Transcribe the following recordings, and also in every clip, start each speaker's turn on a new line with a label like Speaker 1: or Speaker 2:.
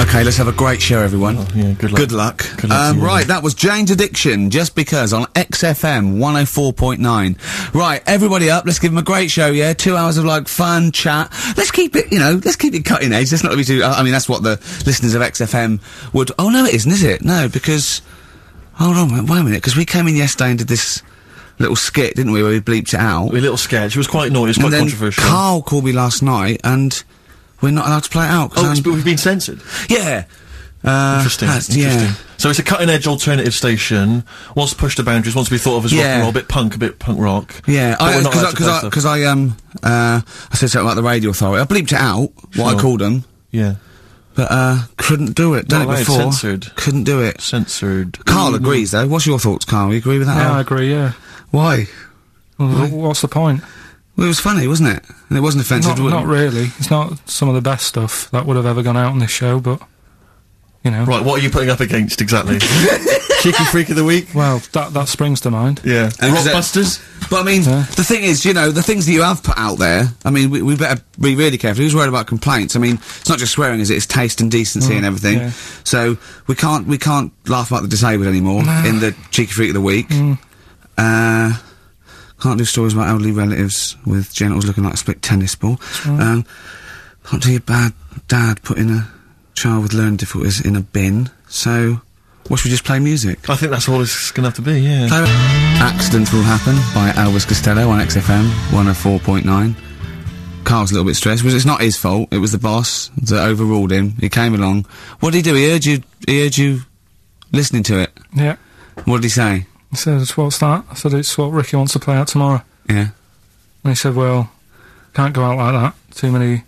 Speaker 1: Okay, let's have a great show, everyone.
Speaker 2: yeah, good luck.
Speaker 1: Good luck.
Speaker 2: Good luck to
Speaker 1: um,
Speaker 2: you all.
Speaker 1: right, that was Jane's Addiction, just because, on XFM 104.9. Right, everybody up, let's give them a great show, yeah? Two hours of, like, fun chat. Let's keep it, you know, let's keep it cutting edge. Let's not be too... I I mean, that's what the listeners of XFM would... Oh, no, it isn't, is it? No, because... Hold on, wait, wait a minute, because we came in yesterday and did this little skit, didn't we, where we bleeped it out.
Speaker 2: A little sketch. It was quite naughty. It was
Speaker 1: and
Speaker 2: quite
Speaker 1: then
Speaker 2: controversial.
Speaker 1: Carl called me last night, and we're not allowed to play it out. 'cause
Speaker 2: oh, it's,
Speaker 1: I'm-
Speaker 2: but we've been censored.
Speaker 1: yeah. Uh,
Speaker 2: Interesting.
Speaker 1: that's-
Speaker 2: interesting.
Speaker 1: Yeah.
Speaker 2: So it's a cutting edge alternative station. Wants to push the boundaries. Wants to be thought of as rock
Speaker 1: Yeah.
Speaker 2: and roll, a bit punk, a bit punk rock.
Speaker 1: Yeah,
Speaker 2: But we're not
Speaker 1: because
Speaker 2: allowed
Speaker 1: because
Speaker 2: to play
Speaker 1: I,
Speaker 2: stuff.
Speaker 1: 'cause I um uh I said something about the radio authority. I bleeped it out what I
Speaker 2: Sure.
Speaker 1: called them,
Speaker 2: yeah,
Speaker 1: but uh couldn't do it. Done
Speaker 2: Not
Speaker 1: it
Speaker 2: allowed,
Speaker 1: before.
Speaker 2: censored. Mm-hmm.
Speaker 1: Couldn't do it.
Speaker 2: censored.
Speaker 1: Carl agrees though. What's your thoughts, Carl? You agree with that?
Speaker 3: Yeah,
Speaker 1: Al?
Speaker 3: Ah, I agree, yeah.
Speaker 1: Why?
Speaker 3: Well, what's the point?
Speaker 1: Well, it was funny, wasn't it? And it wasn't offensive.
Speaker 3: Not,
Speaker 1: was it?
Speaker 3: not really. It's not some of the best stuff that would have ever gone out on this show, but, you know.
Speaker 2: Right, what are you putting up against exactly? Cheeky freak of the week.
Speaker 3: Well, that, that springs to mind.
Speaker 2: Yeah,
Speaker 1: And 'cause it-
Speaker 2: Rockbusters.
Speaker 1: But I mean,
Speaker 3: Yeah.
Speaker 1: the thing is, you know, the things that you have put out there. I mean, we, we better be really careful. Who's worried about complaints? I mean, it's not just swearing, is it? It's taste and decency and everything.
Speaker 3: Mm, yeah.
Speaker 1: So we can't we can't laugh about the disabled anymore
Speaker 3: No. Mm.
Speaker 1: in the cheeky freak of the week. Uh, can't do stories about elderly relatives with genitals looking like a split tennis ball. Um, can't do your bad dad putting a child with learning difficulties in a bin. So, what should we just play music?
Speaker 2: I think that's all it's going to have to be. Yeah.
Speaker 1: Accidents Will Happen by Elvis Costello on XFM 104.9. Carl's a little bit stressed, but it's not his fault. It was the boss that overruled him. He came along. What did he do? He heard you. He heard you listening to it.
Speaker 3: Yeah.
Speaker 1: What did he say?
Speaker 3: He said, what's that? I said, it's what Ricky wants to play out tomorrow.
Speaker 1: Yeah.
Speaker 3: And he said, well, can't go out like that. Too many...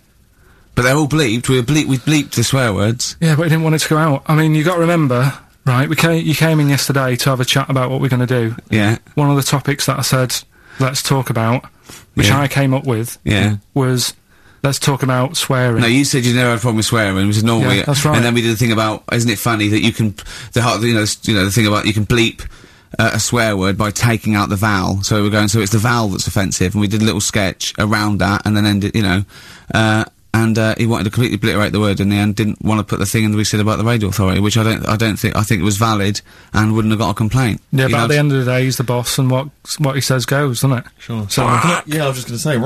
Speaker 1: But they're all bleeped. We were bleep. We bleeped the swear words.
Speaker 3: Yeah, but he didn't want it to go out. I mean, you got to remember, right, we came, you came in yesterday to have a chat about what we're going to do.
Speaker 1: Yeah.
Speaker 3: One of the topics that I said, let's talk about, which
Speaker 1: Yeah.
Speaker 3: I came up with,
Speaker 1: Yeah.
Speaker 3: was, let's talk about swearing.
Speaker 1: No, you said you never had a problem with swearing, which is normally.
Speaker 3: Yeah, that's right.
Speaker 1: And then we did the thing about, isn't it funny that you can, the ho- you know, s- you know, the thing about you can bleep uh, a swear word by taking out the vowel. So we're going, so it's the vowel that's offensive, and we did a little sketch around that, and then ended, you know, uh, and uh, he wanted to completely obliterate the word in the end. Didn't want to put the thing in that we said about the radio authority, which I don't, I don't think, I think it was valid, and wouldn't have got a complaint.
Speaker 3: Yeah,
Speaker 1: You
Speaker 3: but
Speaker 1: know,
Speaker 3: at the end of the day, he's the boss, and what what he says goes, doesn't it?
Speaker 2: Sure. So, yeah, I was just going to say.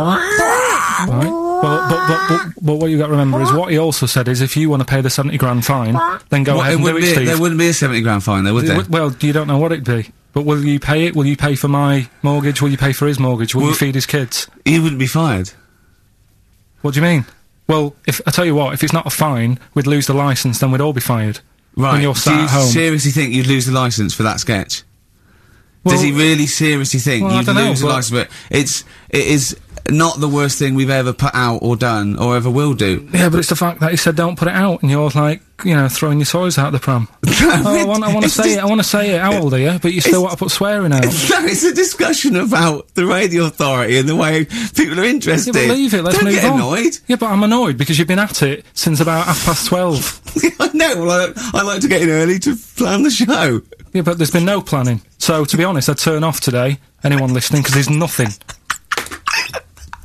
Speaker 2: Right.
Speaker 3: Right? Well, but, but, but, but what you got to remember is what he also said is if you want to pay the seventy grand fine, then go
Speaker 1: Well,
Speaker 3: ahead
Speaker 1: it
Speaker 3: and do
Speaker 1: wouldn't
Speaker 3: it,
Speaker 1: be,
Speaker 3: Steve.
Speaker 1: there wouldn't be a seventy grand fine, there would
Speaker 3: It
Speaker 1: there?
Speaker 3: would- well, you don't know what it'd be, but will you pay it? Will you pay for my mortgage? Will you pay for his mortgage? Will
Speaker 1: Well-
Speaker 3: you feed his kids?
Speaker 1: You wouldn't be fired.
Speaker 3: What do you mean? Well, if I tell you what, if it's not a fine, we'd lose the license, then we'd all be fired.
Speaker 1: Right.
Speaker 3: And you're
Speaker 1: Do
Speaker 3: sat
Speaker 1: you
Speaker 3: at home.
Speaker 1: seriously think you'd lose the license for that sketch? Does
Speaker 3: Well-
Speaker 1: he really seriously think
Speaker 3: Well, I
Speaker 1: you'd
Speaker 3: dunno,
Speaker 1: lose the
Speaker 3: but-
Speaker 1: license? But it's it is not the worst thing we've ever put out or done or ever will do.
Speaker 3: Yeah, but it's the fact that he said don't put it out, and you're like, you know, throwing your toys out the pram. oh, I want, I want to
Speaker 1: It's
Speaker 3: say
Speaker 1: just-
Speaker 3: it. I want to say it. How old are you? But you still want to put swearing out.
Speaker 1: No, it's a discussion about the radio authority and the way people are
Speaker 3: Yeah,
Speaker 1: interested.
Speaker 3: but leave it. Let's
Speaker 1: Don't
Speaker 3: move
Speaker 1: get
Speaker 3: on.
Speaker 1: annoyed.
Speaker 3: Yeah, but I'm annoyed because you've been at it since about half past twelve.
Speaker 1: I know. Well, I, I like to get in early to plan the show.
Speaker 3: yeah, but there's been no planning. So to be honest, I'd turn off today. Anyone listening? Because there's nothing.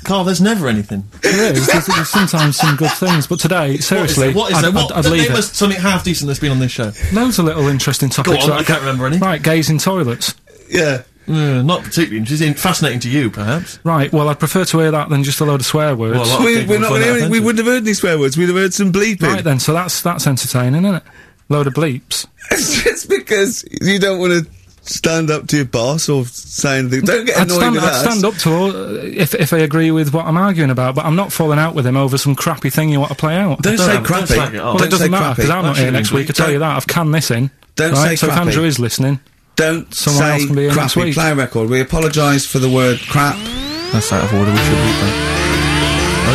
Speaker 2: Carl, there's never anything.
Speaker 3: There is. There's, there's sometimes some good things, but today, seriously,
Speaker 2: what is
Speaker 3: I'd,
Speaker 2: there?
Speaker 3: I'd-
Speaker 2: What,
Speaker 3: I'd leave
Speaker 2: name
Speaker 3: it.
Speaker 2: us something half decent that's been on this show.
Speaker 3: Loads of little interesting topics.
Speaker 2: on,
Speaker 3: that
Speaker 2: I can't remember any.
Speaker 3: Right, gays in toilets.
Speaker 1: Yeah.
Speaker 2: Uh, not particularly interesting. Fascinating to you, perhaps.
Speaker 3: Right. Well, I'd prefer to hear that than just a load of swear words.
Speaker 2: Well, a lot of
Speaker 1: We,
Speaker 2: people
Speaker 1: we're not
Speaker 2: find
Speaker 1: gonna
Speaker 2: that
Speaker 1: hear any- we
Speaker 2: offensive.
Speaker 1: wouldn't have heard any swear words. We'd have heard some bleeping.
Speaker 3: right then. So that's that's entertaining, isn't it? Load of bleeps.
Speaker 1: It's just because you don't want to stand up to your boss or say anything. Don't get
Speaker 3: I'd
Speaker 1: annoyed
Speaker 3: stand,
Speaker 1: with
Speaker 3: I'd
Speaker 1: us.
Speaker 3: stand up to all, uh, if if I agree with what I'm arguing about, but I'm not falling out with him over some crappy thing you want to play out.
Speaker 1: Don't,
Speaker 2: Don't
Speaker 1: say
Speaker 2: have- don't
Speaker 1: crappy.
Speaker 2: slag oh. it off.
Speaker 3: Well,
Speaker 2: Don't
Speaker 3: it doesn't
Speaker 1: say
Speaker 3: matter because
Speaker 1: crappy.
Speaker 3: I'm not here
Speaker 2: Absolutely.
Speaker 3: next week. I tell
Speaker 1: Don't-
Speaker 3: you that. I've canned this in.
Speaker 1: Don't
Speaker 3: right?
Speaker 1: say
Speaker 3: So if
Speaker 1: crappy.
Speaker 3: Andrew is listening,
Speaker 1: Don't
Speaker 3: Someone else
Speaker 1: say
Speaker 3: will be here next
Speaker 1: crappy.
Speaker 3: week.
Speaker 1: Play a record. We apologise for the word crap.
Speaker 2: That's out of order. We should read that.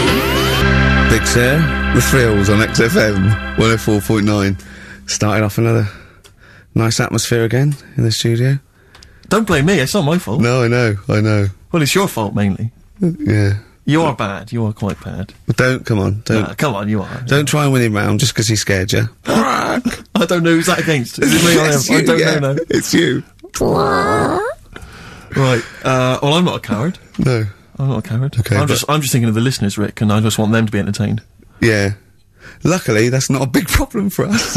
Speaker 1: Big Sir, The Thrills on XFM 104.9. Starting off another nice atmosphere again in the studio.
Speaker 2: Don't blame me. It's not my fault.
Speaker 1: No, I know, I know.
Speaker 2: Well, it's your fault mainly.
Speaker 1: Yeah.
Speaker 2: You are bad. You are quite bad.
Speaker 1: But don't, come on, don't.
Speaker 2: Nah, come on, you are.
Speaker 1: Don't try and win him round just because he scared you.
Speaker 2: I don't know who's that against. Is it me or
Speaker 1: It's
Speaker 2: him? I
Speaker 1: you,
Speaker 2: don't
Speaker 1: yeah.
Speaker 2: know.
Speaker 1: It's you.
Speaker 2: No. Right. Uh, well, I'm not a coward.
Speaker 1: No.
Speaker 2: I'm not a coward.
Speaker 1: Okay,
Speaker 2: I'm
Speaker 1: but-
Speaker 2: just. I'm just thinking of the listeners, Rick, and I just want them to be entertained.
Speaker 1: Yeah. Luckily, that's not a big problem for us.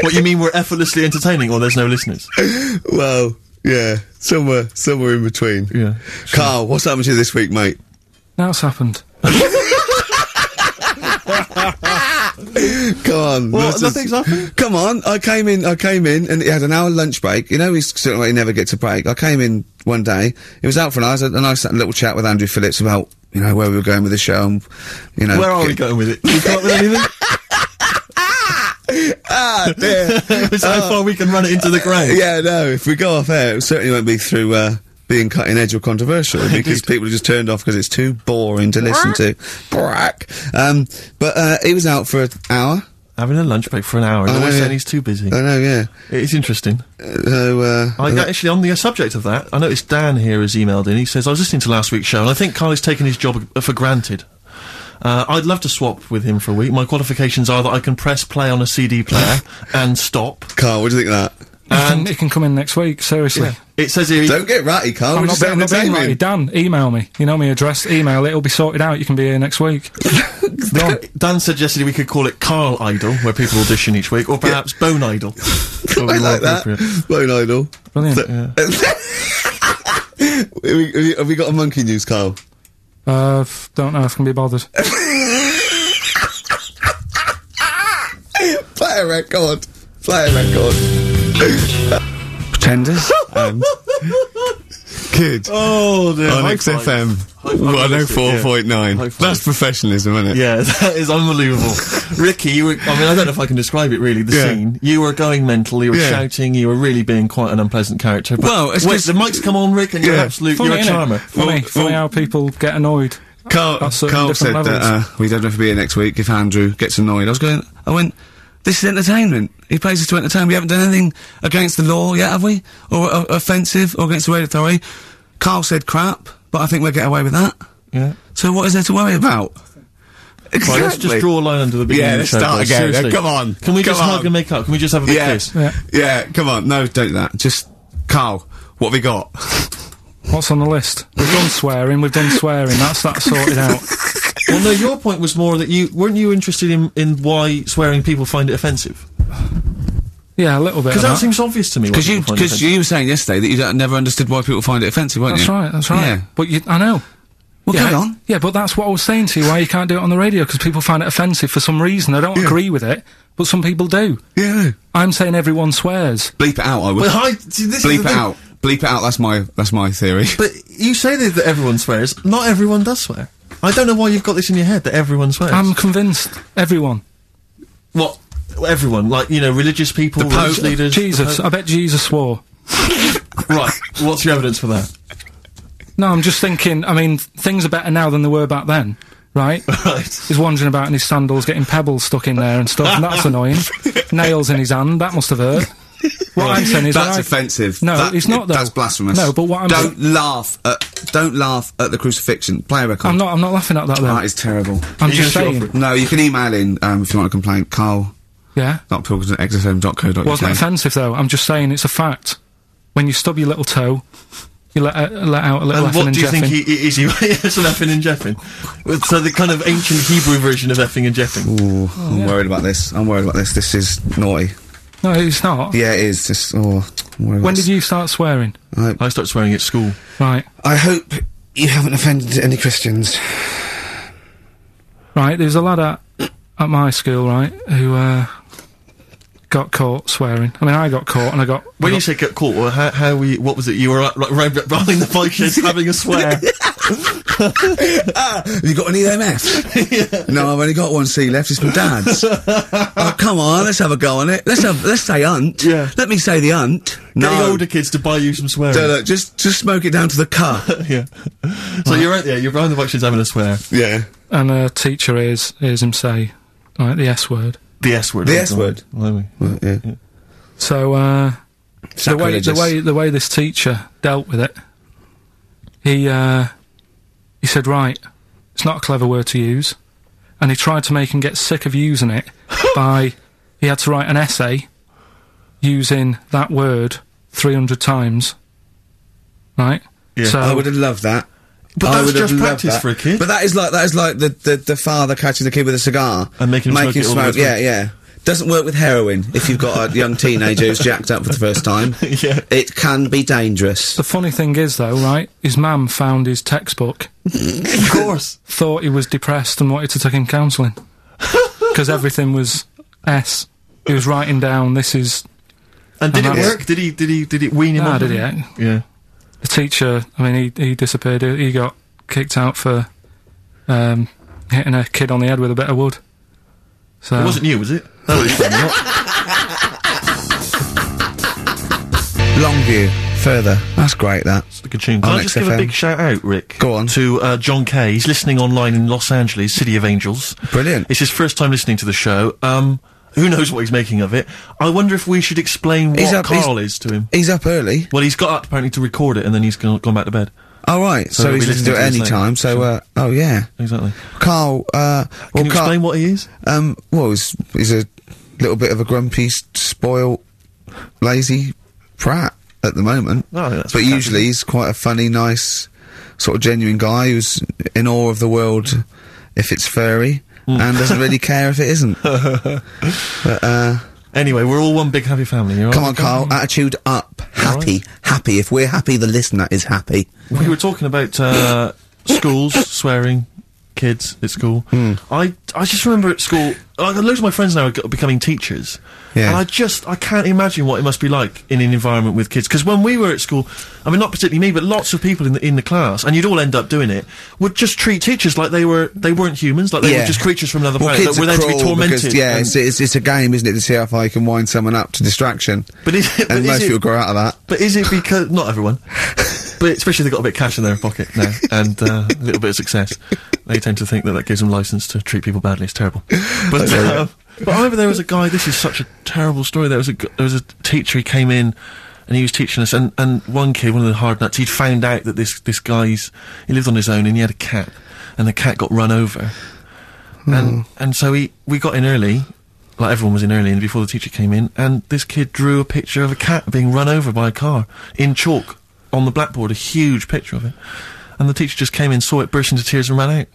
Speaker 2: What you mean we're effortlessly entertaining, or there's no listeners?
Speaker 1: well, yeah, somewhere, somewhere in between.
Speaker 2: Yeah,
Speaker 1: Carl, what's happened to you this week, mate?
Speaker 3: Now it's happened.
Speaker 1: Come on.
Speaker 2: Well,
Speaker 1: let's
Speaker 2: nothing's happened.
Speaker 1: Come on. I came in, I came in and it had an hour lunch break. You know, he's certainly he never gets a break. I came in one day. It was out for an hour. I had a nice little chat with Andrew Phillips about, you know, where we were going with the show and, you know.
Speaker 2: Where are we going with it? You come up with anything?
Speaker 1: Ah, dear. Uh,
Speaker 2: It's how far we can run it into the ground.
Speaker 1: yeah, no, if we go off air, it certainly won't be through, uh, being cutting edge or controversial because people are just turned off because it's too boring to listen to. Brack. Um, but, uh, he was out for an hour.
Speaker 2: Having a lunch break for an hour. and
Speaker 1: know,
Speaker 2: Always
Speaker 1: yeah.
Speaker 2: saying he's too busy.
Speaker 1: I know, yeah.
Speaker 2: It's interesting.
Speaker 1: So, uh,
Speaker 2: I actually, on the uh, subject of that, I noticed Dan here has emailed in. He says, "I was listening to last week's show, and I think Kylie's taken his job uh, for granted." Uh, I'd love to swap with him for a week. My qualifications are that I can press play on a CD player and stop.
Speaker 1: Carl, what do you think of that?
Speaker 3: It can, it can come in next week, seriously.
Speaker 2: It says here, he-
Speaker 1: Don't get ratty, Carl.
Speaker 3: I'm
Speaker 1: We're
Speaker 3: not,
Speaker 1: just
Speaker 3: be- I'm not being
Speaker 1: entertaining.
Speaker 3: right. Dan, email me. You know my address, email, it'll be sorted out. You can be here next week. Done.
Speaker 2: Dan suggested we could call it Carl Idol, where people audition each week, or perhaps Bone Idol.
Speaker 1: I
Speaker 2: Probably more
Speaker 1: like
Speaker 2: appropriate.
Speaker 1: that. Bone idol.
Speaker 3: Brilliant.
Speaker 1: Have we- have we- have we got a monkey news, Carl?
Speaker 3: Uh, f- don't know if I can be bothered.
Speaker 1: Play a record. Play a record. Pretenders. and Kid.
Speaker 2: Oh dear!
Speaker 1: on
Speaker 2: high
Speaker 1: XFM.
Speaker 2: five. High five, that's it, yeah.
Speaker 1: 104.9.
Speaker 2: High five.
Speaker 1: That's professionalism, isn't it?
Speaker 2: Yeah, that is unbelievable. Ricky, you were, I mean, I don't know if I can describe it really, the
Speaker 1: Yeah.
Speaker 2: scene. You were going mental, you were
Speaker 1: Yeah.
Speaker 2: shouting, you were really being quite an unpleasant character. But
Speaker 1: Well, it's
Speaker 2: wait,
Speaker 1: 'cause-
Speaker 2: the mic's come on, Rick, and you're
Speaker 1: Yeah.
Speaker 2: an absolute,
Speaker 3: Funny,
Speaker 2: you're a
Speaker 3: innit?
Speaker 2: charmer.
Speaker 3: Funny,
Speaker 1: Well,
Speaker 3: funny
Speaker 1: well-
Speaker 3: how people get annoyed.
Speaker 1: Carl,
Speaker 3: That's certain
Speaker 1: Carl said
Speaker 3: different
Speaker 1: that uh,
Speaker 3: levels.
Speaker 1: we don't have to be here next week if Andrew gets annoyed. I was going, I went, this is entertainment. He plays us to entertain. We haven't done anything against the law yet, have we? Or uh, offensive or against the radio authority. Carl said crap, but I think we'll get away with that.
Speaker 2: Yeah.
Speaker 1: So what is there to worry about?
Speaker 2: Right, let's just draw a line under the beginning
Speaker 1: Yeah,
Speaker 2: of the
Speaker 1: let's
Speaker 2: show,
Speaker 1: start
Speaker 2: boys.
Speaker 1: again. Yeah,
Speaker 2: Seriously.
Speaker 1: come on.
Speaker 2: Can we
Speaker 1: Come
Speaker 2: just
Speaker 1: on.
Speaker 2: hug and make up? Can we just have a big
Speaker 1: Yeah.
Speaker 2: kiss?
Speaker 3: Yeah.
Speaker 1: yeah, come on. No, don't do that. Just, Carl, what have we got?
Speaker 3: What's on the list? We've done swearing, we've done swearing, that's that sorted out.
Speaker 2: Well, no, your point was more that you weren't you interested in, in why swearing people find it offensive?
Speaker 3: Yeah, a little bit.
Speaker 2: Because
Speaker 3: of
Speaker 2: that,
Speaker 3: that.
Speaker 2: seems obvious to me. why
Speaker 1: Uh-huh. Because you,
Speaker 2: people find it
Speaker 1: cause you were saying yesterday that you don't- never understood why people find it offensive, weren't
Speaker 3: that's
Speaker 1: you?
Speaker 3: right, that's right.
Speaker 1: Yeah.
Speaker 3: But you, I know.
Speaker 1: Well,
Speaker 3: yeah,
Speaker 1: carry on.
Speaker 3: Yeah, but that's what I was saying to you, why you can't do it on the radio, because people find it offensive for some reason. I don't agree with it, but some people do.
Speaker 1: Yeah, no.
Speaker 3: I'm saying everyone swears.
Speaker 1: Bleep it out, I would.
Speaker 2: Well, I, see, this is
Speaker 1: Bleep
Speaker 2: the
Speaker 1: it
Speaker 2: thing.
Speaker 1: out. Bleep it out. That's my that's my theory.
Speaker 2: But you say that, that everyone swears. Not everyone does swear. I don't know why you've got this in your head that everyone swears.
Speaker 3: I'm convinced. Everyone.
Speaker 2: what? Everyone, like you know, religious people,
Speaker 1: Pope.
Speaker 2: religious leaders. the
Speaker 3: Jesus. I bet Jesus swore.
Speaker 2: Pope. Right. What's your evidence for that?
Speaker 3: No, I'm just thinking, I mean, things are better now than they were back then, right?
Speaker 2: Right.
Speaker 3: He's wandering about in his sandals, getting pebbles stuck in there and stuff, and that's annoying. Nails in his hand, that must have hurt. What I'm saying is,
Speaker 1: That's
Speaker 3: when I-
Speaker 1: offensive.
Speaker 3: No,
Speaker 1: That-
Speaker 3: it's not. Though.
Speaker 1: That's blasphemous.
Speaker 3: No, but what I'm
Speaker 1: don't laugh at don't laugh at the crucifixion. Play a record.
Speaker 3: I'm not. I'm not laughing at that. Though.
Speaker 1: That is terrible.
Speaker 3: I'm
Speaker 2: Are you
Speaker 3: just
Speaker 2: gonna shoot
Speaker 3: saying.
Speaker 2: off
Speaker 1: No, you can email in um, if you want a complaint. Carl.
Speaker 3: Yeah.
Speaker 1: Not pilgrims at xfm.co.uk.
Speaker 3: Wasn't offensive though. I'm just saying it's a fact. When you stub your little toe, you let uh, let out a little
Speaker 2: And
Speaker 3: effing
Speaker 2: what
Speaker 3: and
Speaker 2: do you think
Speaker 3: jeffing.
Speaker 2: he, he is? He is an effing and jeffing. Well, So the kind of ancient Hebrew version of effing and jeffing.
Speaker 1: Ooh,
Speaker 3: Oh,
Speaker 1: I'm worried about this. I'm worried about this. This is naughty.
Speaker 3: No, it's not.
Speaker 1: Yeah, it is. This, oh, I'm worried about
Speaker 3: When
Speaker 1: this.
Speaker 3: did you start swearing?
Speaker 2: I started swearing at school.
Speaker 3: Right.
Speaker 1: I hope you haven't offended any Christians.
Speaker 3: Right. There was a lad at at my school, right, who uh, got caught swearing. I mean, I got caught and I got.
Speaker 2: When
Speaker 3: I
Speaker 2: you
Speaker 3: got-
Speaker 2: say get caught, well, how, how we? What was it? You were uh, like, round behind the bike shed having a swear.
Speaker 1: Have you got any MF? No, I've only got one C left. It's my dad's. oh, come on, let's have a go on it. Let's have let's say unt.
Speaker 2: Yeah.
Speaker 1: Let me say the unt.
Speaker 2: Getting
Speaker 1: No.
Speaker 2: older kids to buy you some swearing.
Speaker 1: No, no, just just smoke it down to the car.
Speaker 2: yeah. So you're out there. You're behind the bike sheds having a swear.
Speaker 1: yeah.
Speaker 3: and a teacher hears hears him say, like the S word.
Speaker 2: The S word.
Speaker 1: The
Speaker 2: Oh,
Speaker 1: S
Speaker 2: God.
Speaker 1: word.
Speaker 2: Blimey.
Speaker 1: yeah.
Speaker 3: So uh, the way the
Speaker 1: Sacrilegious.
Speaker 3: way the way this teacher dealt with it, he uh, he said, "Right, it's not a clever word to use," and he tried to make him get sick of using it by he had to write an essay using that word three hundred times. Right.
Speaker 2: Yeah.
Speaker 3: So
Speaker 1: I would have loved that.
Speaker 2: um, But
Speaker 1: I
Speaker 2: that's
Speaker 1: would have
Speaker 2: just
Speaker 1: loved
Speaker 2: practice
Speaker 1: that.
Speaker 2: for a kid.
Speaker 1: But that is like that is like the, the, the father catching the kid with a cigar
Speaker 2: And making him smoke it all the way
Speaker 1: yeah,
Speaker 2: through.
Speaker 1: yeah. Doesn't work with heroin if you've got a young teenager who's jacked up for the first time.
Speaker 2: Yeah.
Speaker 1: It can be dangerous.
Speaker 3: The funny thing is, though, right? His mum found his textbook,
Speaker 2: of course.
Speaker 3: thought he was depressed, and wanted to take him counselling because everything was S. He was writing down, "This is."
Speaker 2: And did
Speaker 3: And
Speaker 2: it
Speaker 3: that's-
Speaker 2: work? Did he? Did he? Did it wean him?
Speaker 3: Nah,
Speaker 2: off
Speaker 3: Uh-huh. did
Speaker 2: it?
Speaker 3: he?
Speaker 2: Yeah.
Speaker 3: The teacher. I mean, he he disappeared. He he got kicked out for um, hitting a kid on the head with a bit of wood. So
Speaker 2: It wasn't you, was it? That was fun, not?
Speaker 1: Longview, further. That's great. That.
Speaker 2: It's a good tune. Can
Speaker 1: On
Speaker 2: I just give a
Speaker 1: XFM.
Speaker 2: big shout out, Rick?
Speaker 1: Go on.
Speaker 2: To uh, John Kay. He's listening online in Los Angeles, City of Angels.
Speaker 1: Brilliant.
Speaker 2: It's his first time listening to the show. Um, who knows what he's making of it? I wonder if we should explain what
Speaker 1: He's up- he's-
Speaker 2: Carl is to him.
Speaker 1: He's up early.
Speaker 2: Well, he's got up apparently to record it, and then he's gone, gone back to bed.
Speaker 1: All right. So,
Speaker 2: they'll
Speaker 1: he's
Speaker 2: be
Speaker 1: listening to it
Speaker 2: listening to
Speaker 1: any
Speaker 2: this
Speaker 1: time.
Speaker 2: later.
Speaker 1: So uh, oh yeah,
Speaker 2: Exactly.
Speaker 1: Carl. Uh, well,
Speaker 2: Can you
Speaker 1: Carl-
Speaker 2: explain what he is?
Speaker 1: Um, well, he's, he's a little bit of a grumpy, s- spoiled, lazy prat at the moment.
Speaker 2: Oh, I think that's
Speaker 1: but
Speaker 2: fantastic.
Speaker 1: usually he's quite a funny, nice, sort of genuine guy who's in awe of the world if it's furry
Speaker 2: Hmm.
Speaker 1: and doesn't really care if it isn't.
Speaker 2: Anyway, we're all one big happy family. you all
Speaker 1: Come
Speaker 2: right?
Speaker 1: on, Carl, attitude up. Happy,
Speaker 2: right.
Speaker 1: happy. If we're happy, the listener is happy.
Speaker 2: We were talking about uh, schools, swearing, kids at school.
Speaker 1: Hmm.
Speaker 2: I I just remember at school, like loads of my friends now are g- becoming teachers,
Speaker 1: Yeah.
Speaker 2: and I just I can't imagine what it must be like in an environment with kids. Because when we were at school, I mean, not particularly me, but lots of people in the in the class, and you'd all end up doing it, would just treat teachers like they were they weren't humans, like they were just creatures from another
Speaker 1: well,
Speaker 2: planet
Speaker 1: kids
Speaker 2: that were
Speaker 1: are
Speaker 2: there to be
Speaker 1: cruel
Speaker 2: tormented.
Speaker 1: Because, yeah,
Speaker 2: and-
Speaker 1: it's, it's, it's a game, isn't it, to see how far you can wind someone up to distraction.
Speaker 2: But is it- but
Speaker 1: and
Speaker 2: is
Speaker 1: most
Speaker 2: it-
Speaker 1: people grow out of that.
Speaker 2: But is it because not everyone, but especially if they got a bit of cash in their pocket now and uh, a little bit of success, they tend to think that that gives them license to treat people badly. It's terrible. But um, but I remember there was a guy. This is such a terrible story. There was a g- there was a teacher. He came in. And he was teaching us, and, and one kid, one of the hard nuts, he'd found out that this, this guy's, he lived on his own and he had a cat, and the cat got run over. And and so he we got in early, like everyone was in early, and before the teacher came in, and this kid drew a picture of a cat being run over by a car in chalk on the blackboard, a huge picture of it. And the teacher just came in, saw it, burst into tears, and ran out.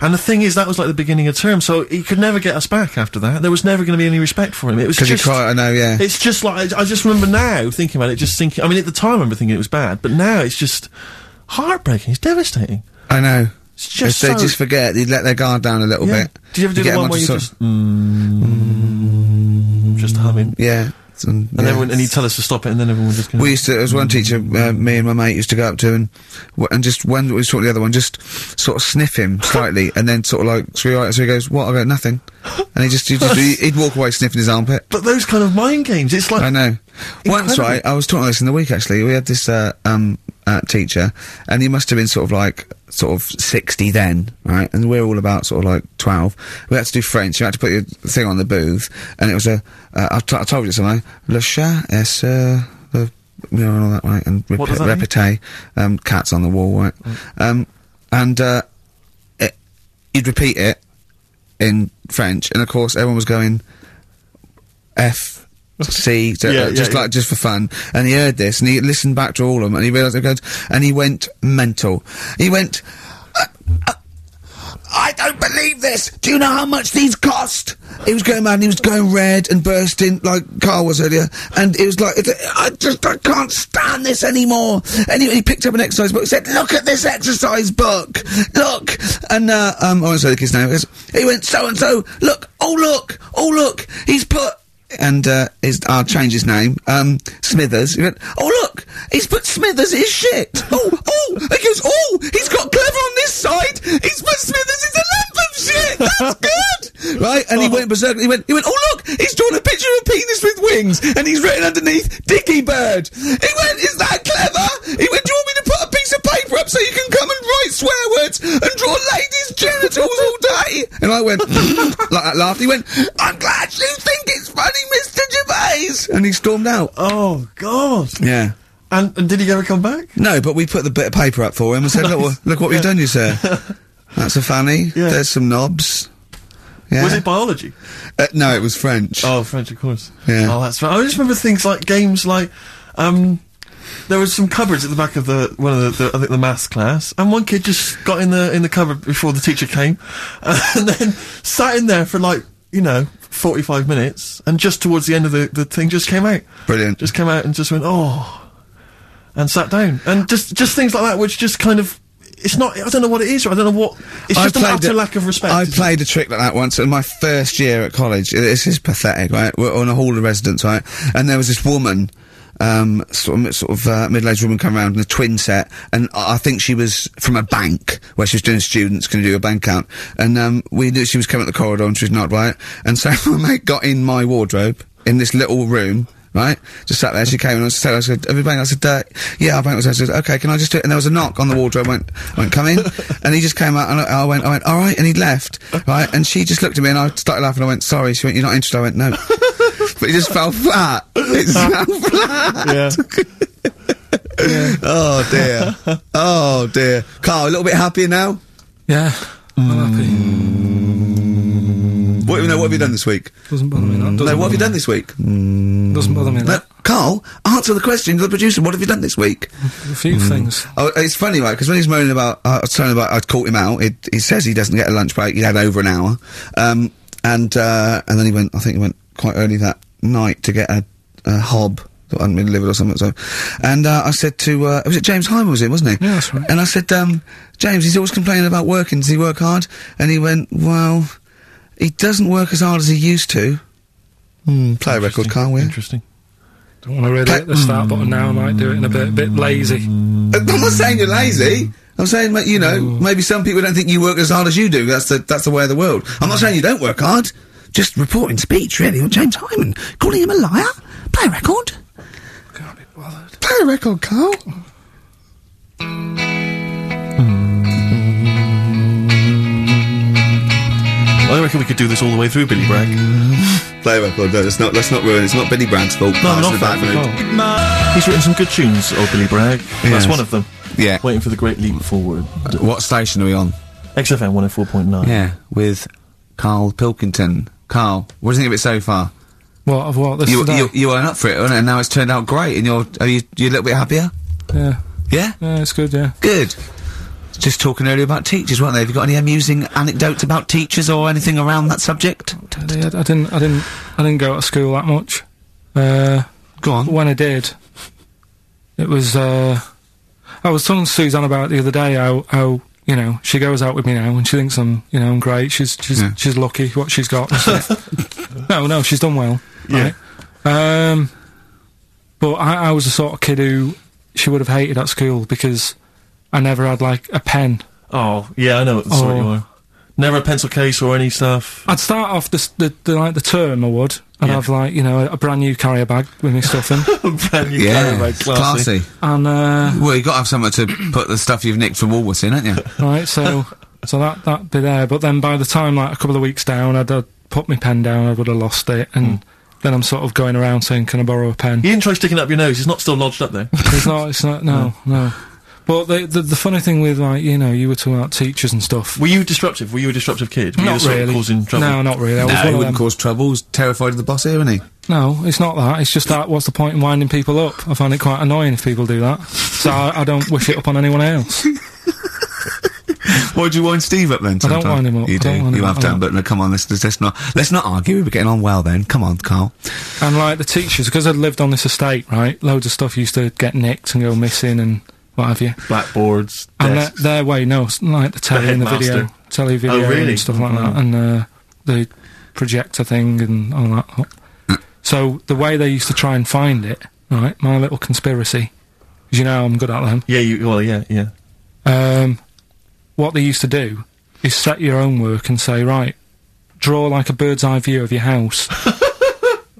Speaker 2: And the thing is, that was like the beginning of term, so he could never get us back after that. There was never going to be any respect for him. It was
Speaker 1: Because you
Speaker 2: just.
Speaker 1: cry, I know, yeah.
Speaker 2: It's just like I I just remember now thinking about it, just thinking. I mean, at the time, I remember thinking it was bad, but now it's just heartbreaking. It's devastating.
Speaker 1: I know.
Speaker 2: It's just
Speaker 1: if they
Speaker 2: so-
Speaker 1: just forget, you let their guard down a little
Speaker 2: Yeah.
Speaker 1: bit.
Speaker 2: Did you ever do
Speaker 1: get
Speaker 2: the
Speaker 1: them
Speaker 2: one
Speaker 1: onto
Speaker 2: where you
Speaker 1: sort of-
Speaker 2: just mm, just humming?
Speaker 1: yeah? it's- And,
Speaker 2: And
Speaker 1: yeah.
Speaker 2: everyone, and he'd tell us to stop it, and then everyone would just go.
Speaker 1: we used to. There was one teacher, uh, me and my mate used to go up to and w- and just when we saw the other one, just sort of sniff him slightly, and then sort of like, so he, like- so he goes, "What?" I go, "Nothing," and he just, he just he- he'd walk away sniffing his armpit.
Speaker 2: but those kind of mind games, it's like
Speaker 1: I know. Once,
Speaker 2: Incredible.
Speaker 1: right, I was talking about this in the week actually. We had this uh, um, uh, teacher, and he must have been sort of like sort of sixty then, right? And we're all about sort of like twelve. We had to do French. You had to put your thing on the booth, and it was a. Uh, I, t- I told you something. Le chat est uh, le you know, and all that, right? And rep-
Speaker 2: What does that mean? Mm.
Speaker 1: repartee, um, cats on the wall, right? Um, and uh, it, you'd repeat it in French, and of course everyone was going F C, so, uh,
Speaker 2: Yeah, yeah,
Speaker 1: just
Speaker 2: yeah.
Speaker 1: like just for fun. And he heard this, and he listened back to all of them, and he realised it goes, and he went mental. He went. "Uh, uh, I don't believe this. Do you know how much these cost? He was going mad. And he was going red and bursting like Carl was earlier, and it was like it- I just I can't stand this anymore. And he, he picked up an exercise book. He said, "Look at this exercise book. Look." And uh, um, I won't say the kid's name. because He went so and so. Look. Oh look. Oh look. He's put. And uh, his, I'll change his name. Um, Smithers. He went, oh look, he's put Smithers is shit. Oh, oh, he goes, oh, he's got clever on this side. He's put Smithers is a lump of shit. That's good, right? And he went berserk. He went, he went, oh look, he's drawn a picture of a penis with wings, and he's written underneath Dicky Bird. He went, is that clever? He went, do you want me to put a piece of paper up so you can come and write swear words and draw ladies' genitals all day? And I went like that. Laughed. He went, I'm glad you think it's funny, Mister Gervais. And he stormed out.
Speaker 2: oh god.
Speaker 1: Yeah.
Speaker 2: And and did he ever come back?
Speaker 1: No, but we put the bit of paper up for him and said, look, look what we've done you, sir. That's a fanny.
Speaker 2: Yeah.
Speaker 1: There's some knobs. Yeah.
Speaker 2: Was it biology?
Speaker 1: uh, no, it was French.
Speaker 2: Oh, French, of course.
Speaker 1: Yeah.
Speaker 2: Oh, that's right. I just remember things like games like, um, there was some cupboards at the back of the one of the, the I think the maths class, and one kid just got in the in the cupboard before the teacher came, and then sat in there for like you know forty five minutes, and just towards the end of the the thing, just came out,
Speaker 1: Brilliant.
Speaker 2: just came out and just went oh, and sat down, and just just things like that, which just kind of. It's not. I don't know what it is. Or I don't know what. It's just an
Speaker 1: played
Speaker 2: utter
Speaker 1: a-
Speaker 2: lack of respect.
Speaker 1: I
Speaker 2: isn't it?
Speaker 1: played a trick like that once in my first year at college. It- This is pathetic, right? We're on a hall of residence, right? And there was this woman, um, sort of, sort of uh, middle-aged woman, come around in a twin set, and I I think she was from a bank where she was doing students, going to do a bank account, and um, we knew she was coming up the corridor and she was not right, and so my mate got in my wardrobe in this little room. Right, just sat there. She came and I said, "I said, have you banked?" I said, uh, "Yeah, I banked." I said, "Okay, can I just do it?" And there was a knock on the wardrobe. I went, I went, "Come in," and he just came out. And I, I went, "I went, all right," and he left. Right, and she just looked at me and I started laughing. I went, "Sorry." She went, "You're not interested." I went, "No," but he just fell flat. It's flat.
Speaker 2: Yeah.
Speaker 1: Oh dear. Oh dear. Carl, a little bit happier now.
Speaker 3: Yeah. I'm happy.
Speaker 1: What, no, what have you done this week?
Speaker 3: Doesn't bother me that.
Speaker 1: No,
Speaker 3: Doesn't
Speaker 1: what have
Speaker 3: bother
Speaker 1: you done this week?
Speaker 3: me- Doesn't bother me
Speaker 1: No,
Speaker 3: that.
Speaker 1: Carl, answer the question to the producer. What have you done this week?
Speaker 3: A few things.
Speaker 1: Oh, it's funny, right? Because when he's moaning about, uh, I was telling him about, I'd caught him out. It, he says he doesn't get a lunch break. He had over an hour, um, and uh, and then he went. I think he went quite early that night to get a, a hob that hadn't been delivered or something. So, and uh, I said to, uh, was it James Hyman was in, wasn't he?
Speaker 3: Yeah, that's right.
Speaker 1: And I said, um, James, he's always complaining about working. Does he work hard? And he went, well, he doesn't work as hard as he used to. Hmm, Play a record, Carl. Weir.
Speaker 2: Interesting.
Speaker 3: Don't want to really hit the start button now. I might do it in a bit. A bit lazy.
Speaker 1: I'm not saying you're lazy. I'm saying, ma- you know, maybe some people don't think you work as hard as you do. That's the that's the way of the world. I'm not saying you don't work hard. Just reporting speech, really, on James Hyman, calling him a liar. Play a record.
Speaker 3: Can't be bothered.
Speaker 1: Play a record, Carl.
Speaker 2: I reckon we could do this all the way through, Billy Bragg.
Speaker 1: Play a record. No, let's not let's not ruin. It's not Billy Bragg's fault.
Speaker 2: No,
Speaker 1: It's
Speaker 2: not
Speaker 1: the
Speaker 2: Fat
Speaker 1: bad mood.
Speaker 2: Mood. He's written some good tunes, old Billy Bragg.
Speaker 1: Yes.
Speaker 2: That's one of them.
Speaker 1: Yeah.
Speaker 2: Waiting for the Great Leap Forward.
Speaker 1: What station are we on?
Speaker 2: XFM 104.9.
Speaker 1: Yeah, with Carl Pilkington. Carl, what do you think of it so far?
Speaker 3: What? I've walked this
Speaker 1: You
Speaker 3: today.
Speaker 1: you, you weren't up for it, weren't it? and now it's turned out great. And you're are you you a little bit happier?
Speaker 3: Yeah.
Speaker 1: Yeah.
Speaker 3: Yeah, it's good. Yeah.
Speaker 1: Good. Just talking earlier about teachers, weren't they? Have you got any amusing anecdotes about teachers or anything around that subject?
Speaker 3: I, did. I didn't. I didn't. I didn't go to school that much. Uh,
Speaker 1: Go on.
Speaker 3: when I did, it was. Uh, I was telling Suzanne about it the other day how, how you know she goes out with me now and she thinks I'm you know I'm great. She's she's
Speaker 1: Yeah.
Speaker 3: she's lucky what she's got. and stuff. no, no, she's done well.
Speaker 2: Yeah.
Speaker 3: Right? Um, but I, I was the sort of kid who she would have hated at school because I never had like a pen.
Speaker 2: Oh, yeah, I know what the sort
Speaker 3: Oh.
Speaker 2: you are. Never a pencil case or any stuff.
Speaker 3: I'd start off the, s- the, the like the term I would, and
Speaker 2: Yeah.
Speaker 3: have like you know a, a brand new carrier bag with my stuff in,
Speaker 2: Brand new
Speaker 1: Yeah,
Speaker 2: carrier bag, classy.
Speaker 1: classy.
Speaker 3: and uh,
Speaker 1: Well, you've got to have somewhere to put the stuff you've nicked from Woolworths in, haven't you?
Speaker 3: right? So, so that that be there. But then by the time like a couple of weeks down, I'd, I'd put my pen down. I would have lost it,
Speaker 2: Hmm.
Speaker 3: and then I'm sort of going around saying, "Can I borrow a pen?"
Speaker 2: You didn't try sticking it up your nose, it's not still lodged up there.
Speaker 3: It's not. It's not. No. No. But the, the the funny thing with like you know you were talking about teachers and stuff.
Speaker 2: Were you disruptive? Were you a disruptive kid? Were you
Speaker 3: Not
Speaker 2: the sort of
Speaker 3: really.
Speaker 2: causing trouble?
Speaker 3: No, not really. I was
Speaker 1: No,
Speaker 3: one
Speaker 1: he
Speaker 3: of
Speaker 1: wouldn't
Speaker 3: them.
Speaker 1: cause trouble. He's terrified of the boss here, isn't he?
Speaker 3: No, it's not that. It's just that. What's the point in winding people up? I find it quite annoying if people do that. So I, I don't wish it up on anyone else.
Speaker 1: Why'd you wind Steve up then?
Speaker 3: don't
Speaker 1: sometime?
Speaker 3: wind him up.
Speaker 1: You
Speaker 3: I
Speaker 1: do.
Speaker 3: don't wind
Speaker 1: you
Speaker 3: him
Speaker 1: have
Speaker 3: up.
Speaker 1: done, but no, come on, let's, let's, let's not let's not argue. We were getting on well then. Come on, Carl.
Speaker 3: And like the teachers, because I'd lived on this estate, right? Loads of stuff used to get nicked and go missing and what have you.
Speaker 2: Blackboards,
Speaker 3: And their,
Speaker 2: desks.
Speaker 3: their way, no, s- like the telly and the video,
Speaker 2: headmaster. Oh,
Speaker 3: telly video
Speaker 2: really? Mm-hmm.
Speaker 3: and stuff like
Speaker 2: Wow.
Speaker 3: that, and uh, the projector thing and all that. so the way they used to try and find it, right? My little conspiracy, 'cause you know I'm good at them.
Speaker 2: Yeah, you, well, yeah, yeah.
Speaker 3: Um, what they used to do is set your own work and say, right, draw like a bird's eye view of your house.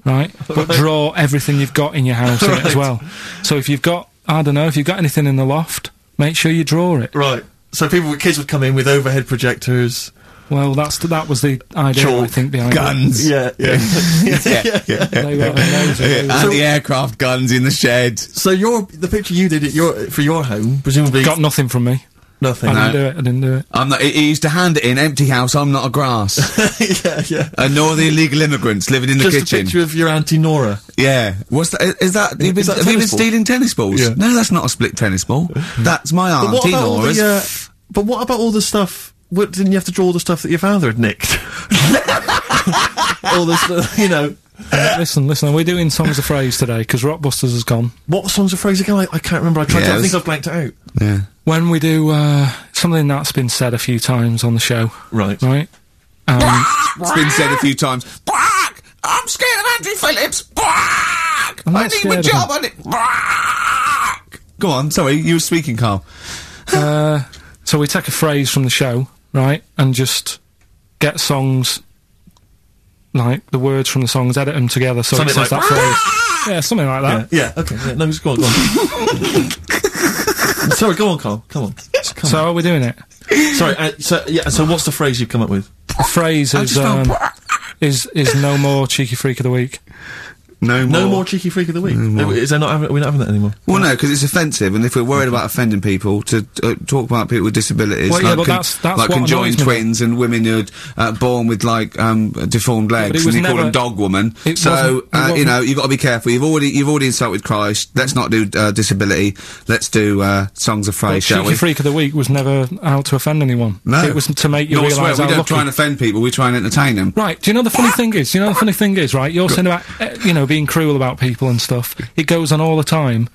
Speaker 3: right? But draw everything you've got in your house in it
Speaker 2: Right.
Speaker 3: as well. So if you've got, I don't know, if you've got anything in the loft, make sure you draw it.
Speaker 2: Right. So people, kids would come in with overhead projectors.
Speaker 3: Well, that's th- that was the idea, I
Speaker 2: Chalk,
Speaker 3: think, behind
Speaker 1: Guns.
Speaker 2: Yeah, yeah.
Speaker 3: it. They were amazing. They were-
Speaker 1: Anti-aircraft guns in the shed.
Speaker 2: so your the picture you did at your for your home, presumably
Speaker 3: Got nothing from me.
Speaker 2: Nothing.
Speaker 3: I
Speaker 1: No.
Speaker 3: didn't do it. I didn't do it.
Speaker 1: I'm not. He he used to hand it in empty house. I'm not a grass,
Speaker 2: yeah, yeah.
Speaker 1: and nor the illegal immigrants living in the
Speaker 2: Just a
Speaker 1: kitchen.
Speaker 2: picture of your auntie Nora.
Speaker 1: Yeah. What's that? Is that, have you been,
Speaker 2: that a
Speaker 1: have you been
Speaker 2: tennis ball?
Speaker 1: stealing tennis balls?
Speaker 2: Yeah.
Speaker 1: No, that's not a split tennis ball. that's my
Speaker 2: But what
Speaker 1: auntie
Speaker 2: about all
Speaker 1: Nora's.
Speaker 2: the? Uh, but what about all the stuff? What, didn't you have to draw all the stuff that your father had nicked? all the stuff, you know.
Speaker 3: Uh, listen, listen. Are we doing songs of phrase today? Because Rockbusters has gone.
Speaker 2: What songs are phrase again? I, I can't remember. I tried.
Speaker 1: Yeah,
Speaker 2: to, I
Speaker 1: it was-
Speaker 2: think I've blanked it out.
Speaker 1: yeah.
Speaker 3: When we do uh, something that's been said a few times on the show,
Speaker 2: Right.
Speaker 3: right? Um,
Speaker 1: It's been said a few times. Quack! I'm scared of Andrew Phillips. Quack!
Speaker 3: I'm
Speaker 1: I
Speaker 3: not
Speaker 1: need my
Speaker 3: scared of
Speaker 1: job. I need. Quack! Go on. Sorry, you were speaking, Carl.
Speaker 3: uh, so we take a phrase from the show, right, and just get songs, like the words from the songs, edit them together so
Speaker 2: Something
Speaker 3: it says
Speaker 2: like-
Speaker 3: that phrase. Yeah, something like that.
Speaker 2: Yeah. yeah, Okay. Yeah, no, just go on. Go on. Sorry, go on, Carl. Come on. Just Come
Speaker 3: So are we doing it?
Speaker 2: on. Sorry. Uh, so yeah. So what's the phrase you've come up with?
Speaker 3: A phrase
Speaker 1: I
Speaker 3: is
Speaker 1: just found.
Speaker 3: um, is is no more cheeky freak of the week.
Speaker 1: No more.
Speaker 2: No more cheeky freak of the week. Is there not? Having, we're not having that anymore.
Speaker 1: Well, no, because it's offensive, and if we're worried about offending people, to uh, talk about people with disabilities,
Speaker 3: Well, yeah,
Speaker 1: like,
Speaker 3: but that's- that's
Speaker 1: like
Speaker 3: what
Speaker 1: conjoined
Speaker 3: annoys me.
Speaker 1: twins and women who are uh, born with like um, deformed legs, and
Speaker 3: was
Speaker 1: you call them
Speaker 3: never-
Speaker 1: dog woman.
Speaker 3: it wasn't-
Speaker 1: So
Speaker 3: it
Speaker 1: uh, you
Speaker 3: wasn't-
Speaker 1: know you've got to be careful. You've already you've already insulted Christ. Let's not do uh, disability. Let's do uh, songs of
Speaker 3: Well,
Speaker 1: phrase, shall
Speaker 3: cheeky
Speaker 1: we?
Speaker 3: freak of the week was never out to offend anyone.
Speaker 1: No,
Speaker 3: it was to make you
Speaker 1: No, I swear,
Speaker 3: realise how
Speaker 1: we don't
Speaker 3: lucky.
Speaker 1: try and offend people. We try and entertain them.
Speaker 3: Right. Do you know the funny thing is? Do you know the funny thing is? Right. You're saying about uh, you know being cruel about people and stuff. It goes on all the time.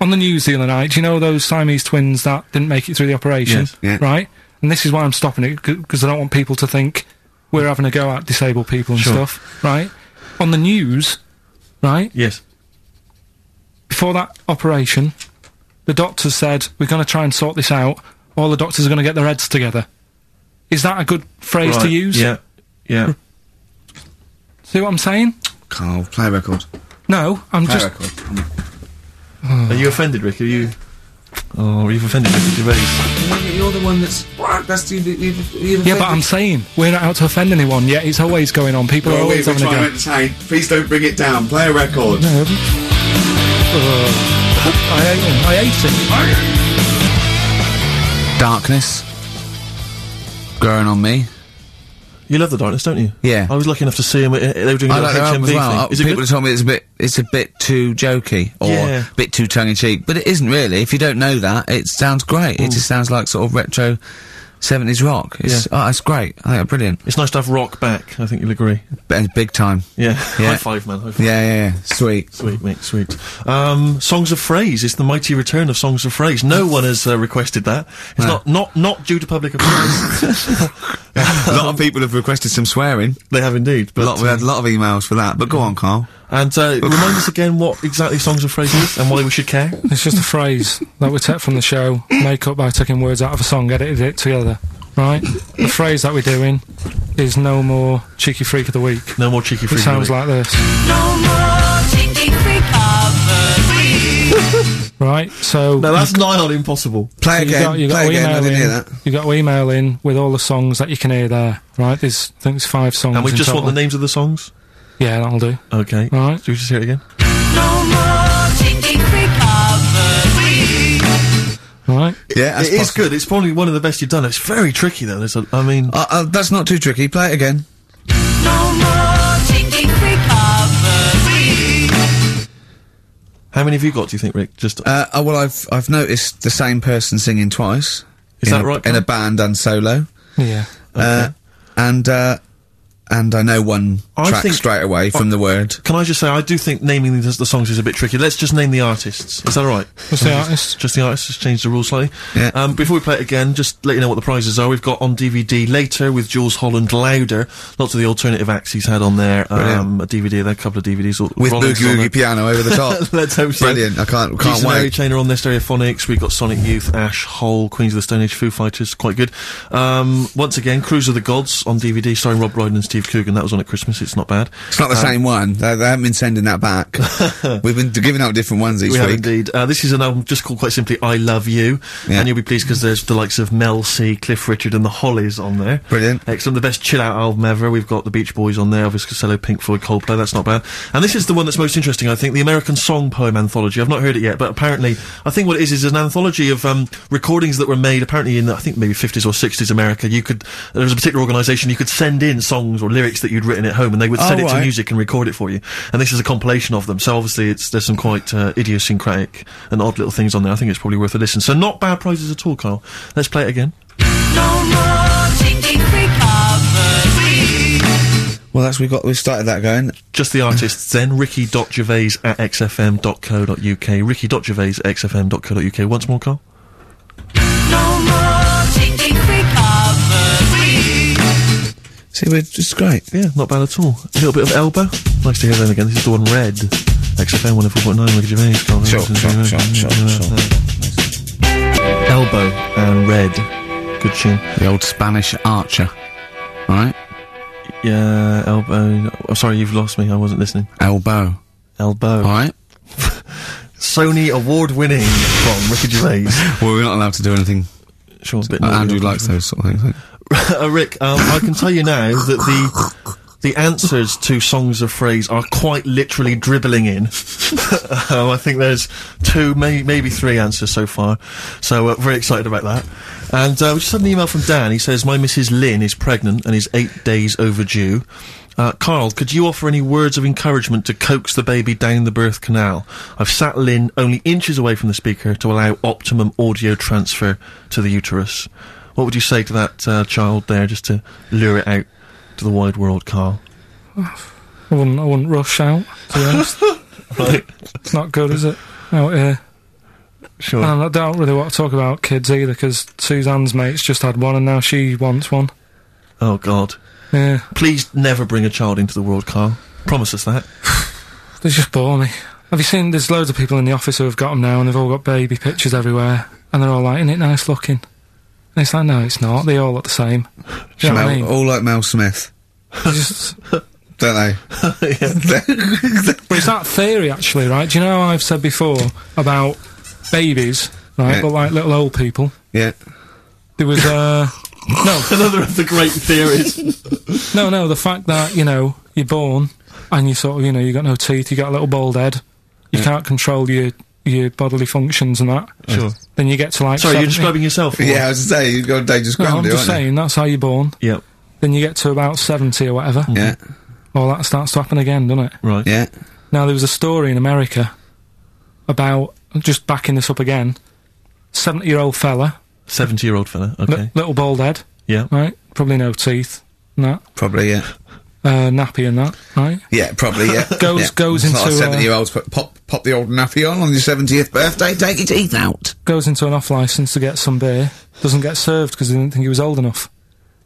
Speaker 3: On the news the other night, do you know those Siamese twins that didn't make it through the operation?
Speaker 2: Yes.
Speaker 1: Yeah.
Speaker 3: Right. And this is why I'm stopping it because I don't want people to think we're having a go at disabled people and
Speaker 2: Sure.
Speaker 3: stuff. Right. On the news. Right.
Speaker 2: Yes.
Speaker 3: before that operation, the doctors said, We're going to try and sort this out. All the doctors are going to get their heads together. Is that a good phrase to
Speaker 2: Right,
Speaker 3: use?
Speaker 2: Yeah. Yeah.
Speaker 3: See what I'm saying?
Speaker 1: Carl, play a record.
Speaker 3: No, I'm
Speaker 1: Play a
Speaker 3: just.
Speaker 1: record.
Speaker 2: Are you offended, Rick? Are you? Oh, you've offended Ricky Gervais.
Speaker 1: You're the one that's. That's you. you you've
Speaker 3: Yeah, but I'm saying we're not out to offend anyone yet. It's always going on. People are
Speaker 1: Well, we
Speaker 3: always
Speaker 1: try
Speaker 3: having a
Speaker 1: and
Speaker 3: go.
Speaker 1: entertain. Please don't bring it down. Play a record.
Speaker 3: No, I haven't. Uh, I hate him. I hate him.
Speaker 1: Darkness growing on me.
Speaker 2: You love the Darkness, don't you?
Speaker 1: Yeah.
Speaker 2: I was lucky enough to see him. uh, They were doing
Speaker 1: I
Speaker 2: a
Speaker 1: like their
Speaker 2: little
Speaker 1: album
Speaker 2: HMV
Speaker 1: as well. Uh,
Speaker 2: thing. Is it
Speaker 1: People
Speaker 2: good?
Speaker 1: have told me it's a bit, it's a bit too jokey or
Speaker 2: Yeah.
Speaker 1: a bit too tongue in cheek, but it isn't really. If you don't know that, it sounds great. It just sounds like sort of retro seventies rock. It's oh, it's great. I think it's brilliant
Speaker 2: It's nice to have rock back. I think you'll agree.
Speaker 1: and big time.
Speaker 2: Yeah.
Speaker 1: Yeah.
Speaker 2: High five, man. High five.
Speaker 1: Yeah, yeah, yeah. sweet.
Speaker 2: Sweet, mate, sweet. Um, songs of phrase. It's the mighty return of songs of phrase. No one has uh, requested that. It's not not not due to public appearance.
Speaker 1: a lot of people have requested some swearing.
Speaker 2: they have indeed.
Speaker 1: A
Speaker 2: But
Speaker 1: lot, we had a lot of emails for that. But go on, Carl.
Speaker 2: and uh, remind us again what exactly songs of phrase is and why we should care.
Speaker 3: It's just a phrase that we take from the show, make up by taking words out of a song, edited it together. Right? the phrase that we're doing is no more cheeky freak of the week.
Speaker 2: No more cheeky
Speaker 3: It
Speaker 2: free.
Speaker 3: sounds like this,
Speaker 4: No more cheeky freak of the week.
Speaker 3: right? So
Speaker 2: no, that's nigh on impossible.
Speaker 1: Play
Speaker 3: you
Speaker 1: again.
Speaker 3: got you got
Speaker 1: Play
Speaker 3: to
Speaker 1: again. I
Speaker 3: email
Speaker 1: didn't hear
Speaker 3: in.
Speaker 1: that.
Speaker 3: You got to email in with all the songs that you can hear there, right? There's I think it's five songs.
Speaker 2: And we
Speaker 3: in
Speaker 2: just
Speaker 3: total.
Speaker 2: want the names of the songs.
Speaker 3: Yeah, that'll do.
Speaker 2: Okay.
Speaker 3: All right.
Speaker 2: Do we just hear it again?
Speaker 4: No more cheeky freak of the week.
Speaker 3: All right.
Speaker 1: Yeah, that's
Speaker 2: It is
Speaker 1: possible.
Speaker 2: good. It's probably one of the best you've done. It's very tricky though. There's a, I mean,
Speaker 1: Uh, uh, that's not too tricky. Play it again.
Speaker 4: No more cheeky freak of the week.
Speaker 2: how many have you got? Do you think, Rick? Just
Speaker 1: Uh, oh, well, I've I've noticed the same person singing twice.
Speaker 2: Is
Speaker 1: in
Speaker 2: that
Speaker 1: a-
Speaker 2: right,
Speaker 1: In a
Speaker 2: Colin?
Speaker 1: band and solo,
Speaker 3: Yeah.
Speaker 1: uh, and uh, and I know one
Speaker 2: I
Speaker 1: track
Speaker 2: think-
Speaker 1: straight away from the word.
Speaker 2: Can I just say, I do think naming the, the songs is a bit tricky. Let's just name the artists. Is that all right?
Speaker 3: What's the artist?
Speaker 2: Just the artists. Just change the rules slightly.
Speaker 1: Yeah.
Speaker 2: Um, before we play it again, just let you know what the prizes are. We've got on DVD later with Jules Holland Louder. Lots of the alternative acts he's had on there. Um, a DVD, there, a couple of DVDs. all-
Speaker 1: With
Speaker 2: Rolling
Speaker 1: boogie
Speaker 2: Stone.
Speaker 1: woogie piano over the top.
Speaker 2: Let's hope so.
Speaker 1: Brilliant! I can't
Speaker 2: Keith
Speaker 1: can't
Speaker 2: and Mary
Speaker 1: wait.
Speaker 2: Chain are on their stereophonics. We've got Sonic Youth, Ash, Hole, Queens of the Stone Age, Foo Fighters. Quite good. Um, once again, Cruise of the Gods on DVD starring Rob Brydon and Steve Steve Coogan. That was on at Christmas. It's not bad.
Speaker 1: It's not the same one. They, they haven't been sending that back. We've been d- giving out different ones each
Speaker 2: We have
Speaker 1: week.
Speaker 2: indeed. Uh, this is an album just called quite simply "I Love You,"
Speaker 1: Yeah.
Speaker 2: and you'll be pleased because there's the likes of Mel C, Cliff Richard, and the Hollies on there.
Speaker 1: Brilliant.
Speaker 2: Excellent. The best chill out album ever. We've got the Beach Boys on there, Elvis Costello, Pink Floyd, Coldplay. That's not bad. And this is the one that's most interesting, I think, the American Song Poem Anthology. I've not heard it yet, but apparently, I think what it is is an anthology of um, recordings that were made apparently in the, I think maybe 50s or 60s America. You could there was a particular organisation you could send in songs or lyrics that you'd written at home, and they would
Speaker 1: Oh,
Speaker 2: send it to
Speaker 1: right.
Speaker 2: music and record it for you. And this is a compilation of them. So obviously, it's there's some quite uh, idiosyncratic and odd little things on there. I think it's probably worth a listen. So not bad prizes at all, Kyle. Let's play it again.
Speaker 4: No more chicken quick covers.
Speaker 1: Well, that's we got. We started that going.
Speaker 2: Just the artists then, ricky.gervais at xfm.co.uk. ricky.gervais at xfm.co.uk. Once more, Carl.
Speaker 4: No more chicken quick covers.
Speaker 1: See, we're just great.
Speaker 2: Yeah, not bad at all. A little bit of elbow. Nice to hear them again. This is the one red. XFM 104.9, Ricky Gervais. Carl
Speaker 1: Sure, sure,
Speaker 2: Henderson, Gervais.
Speaker 1: sure, sure, sure.
Speaker 2: Elbow and red. Good tune.
Speaker 1: The old Spanish archer. All right,
Speaker 2: Yeah, elbow. I'm sorry, you've lost me. I wasn't listening.
Speaker 1: elbow.
Speaker 2: Elbow.
Speaker 1: All right.
Speaker 2: Sony award winning from Ricky Gervais.
Speaker 1: Well, we're not allowed to do anything.
Speaker 2: Sure, a bit
Speaker 1: Uh,
Speaker 2: naughty,
Speaker 1: Andrew
Speaker 2: obviously.
Speaker 1: likes those sort of things. like-
Speaker 2: uh, Rick, um, I can tell you now that the the answers to songs of phrase are quite literally dribbling in. um, I think there's two, may- maybe three answers so far. So uh, very excited about that. And uh, we just had an email from Dan. He says, "My Mrs. Lynn is pregnant and is eight days overdue." Uh, Carl, could you offer any words of encouragement to coax the baby down the birth canal? I've sat Lynn only inches away from the speaker to allow optimum audio transfer to the uterus. What would you say to that uh, child there, just to lure it out to the wide world, Carl?
Speaker 3: I wouldn't, I wouldn't rush out, to be honest.
Speaker 2: Right,
Speaker 3: it's not good, is it? Out here.
Speaker 2: sure.
Speaker 3: And I don't really want to talk about kids either, because Suzanne's mate's just had one and now she wants one.
Speaker 2: oh God,
Speaker 3: Yeah,
Speaker 2: please never bring a child into the world, Carl. Promise us that.
Speaker 3: they just bore me. Have you seen there's loads of people in the office who have got them now and they've all got baby pictures everywhere and they're all like, isn't it nice looking? And it's like, no, it's not. They all look the same. Do you know what I
Speaker 1: Mel,
Speaker 3: mean?
Speaker 1: all like Mel Smith,
Speaker 3: They just-
Speaker 1: don't they?
Speaker 3: But it's that theory, actually, right? Do you know how I've said before about babies, right?
Speaker 1: Yeah.
Speaker 3: But like little old people.
Speaker 1: Yeah.
Speaker 3: There was, uh, no,
Speaker 2: Another of the great theories.
Speaker 3: no, no, the fact that, you know, you're born and you sort of, you know, you got no teeth, you got a little bald head, you can't control your, your bodily functions and that.
Speaker 2: sure.
Speaker 3: Then you get to like.
Speaker 2: Sorry,
Speaker 3: 70.
Speaker 2: you're describing yourself. or what?
Speaker 1: Yeah, I was just saying, you've got a dangerous
Speaker 3: No,
Speaker 1: ground
Speaker 3: I'm
Speaker 1: here,
Speaker 3: just
Speaker 1: aren't you?
Speaker 3: saying, that's how you're born.
Speaker 2: Yep.
Speaker 3: Then you get to about 70 or whatever.
Speaker 1: Yeah,
Speaker 3: All that starts to happen again, doesn't it?
Speaker 2: Right.
Speaker 1: yeah.
Speaker 3: Now there was a story in America about just backing this up again. Seventy-year-old fella,
Speaker 2: Seventy-year-old fella.
Speaker 3: li-
Speaker 2: Okay.
Speaker 3: little bald head,
Speaker 2: Yeah.
Speaker 3: right? Probably no teeth, and that
Speaker 1: Probably, yeah.
Speaker 3: uh, nappy and that, right?
Speaker 1: Yeah, probably, yeah.
Speaker 3: Goes-
Speaker 1: yeah.
Speaker 3: goes
Speaker 1: It's like
Speaker 3: into, uh,
Speaker 1: seventy-year-olds put pop pop the old nappy on on your seventieth birthday. Take your teeth out.
Speaker 3: Goes into an off-license to get some beer, doesn't get served because they didn't think he was old enough.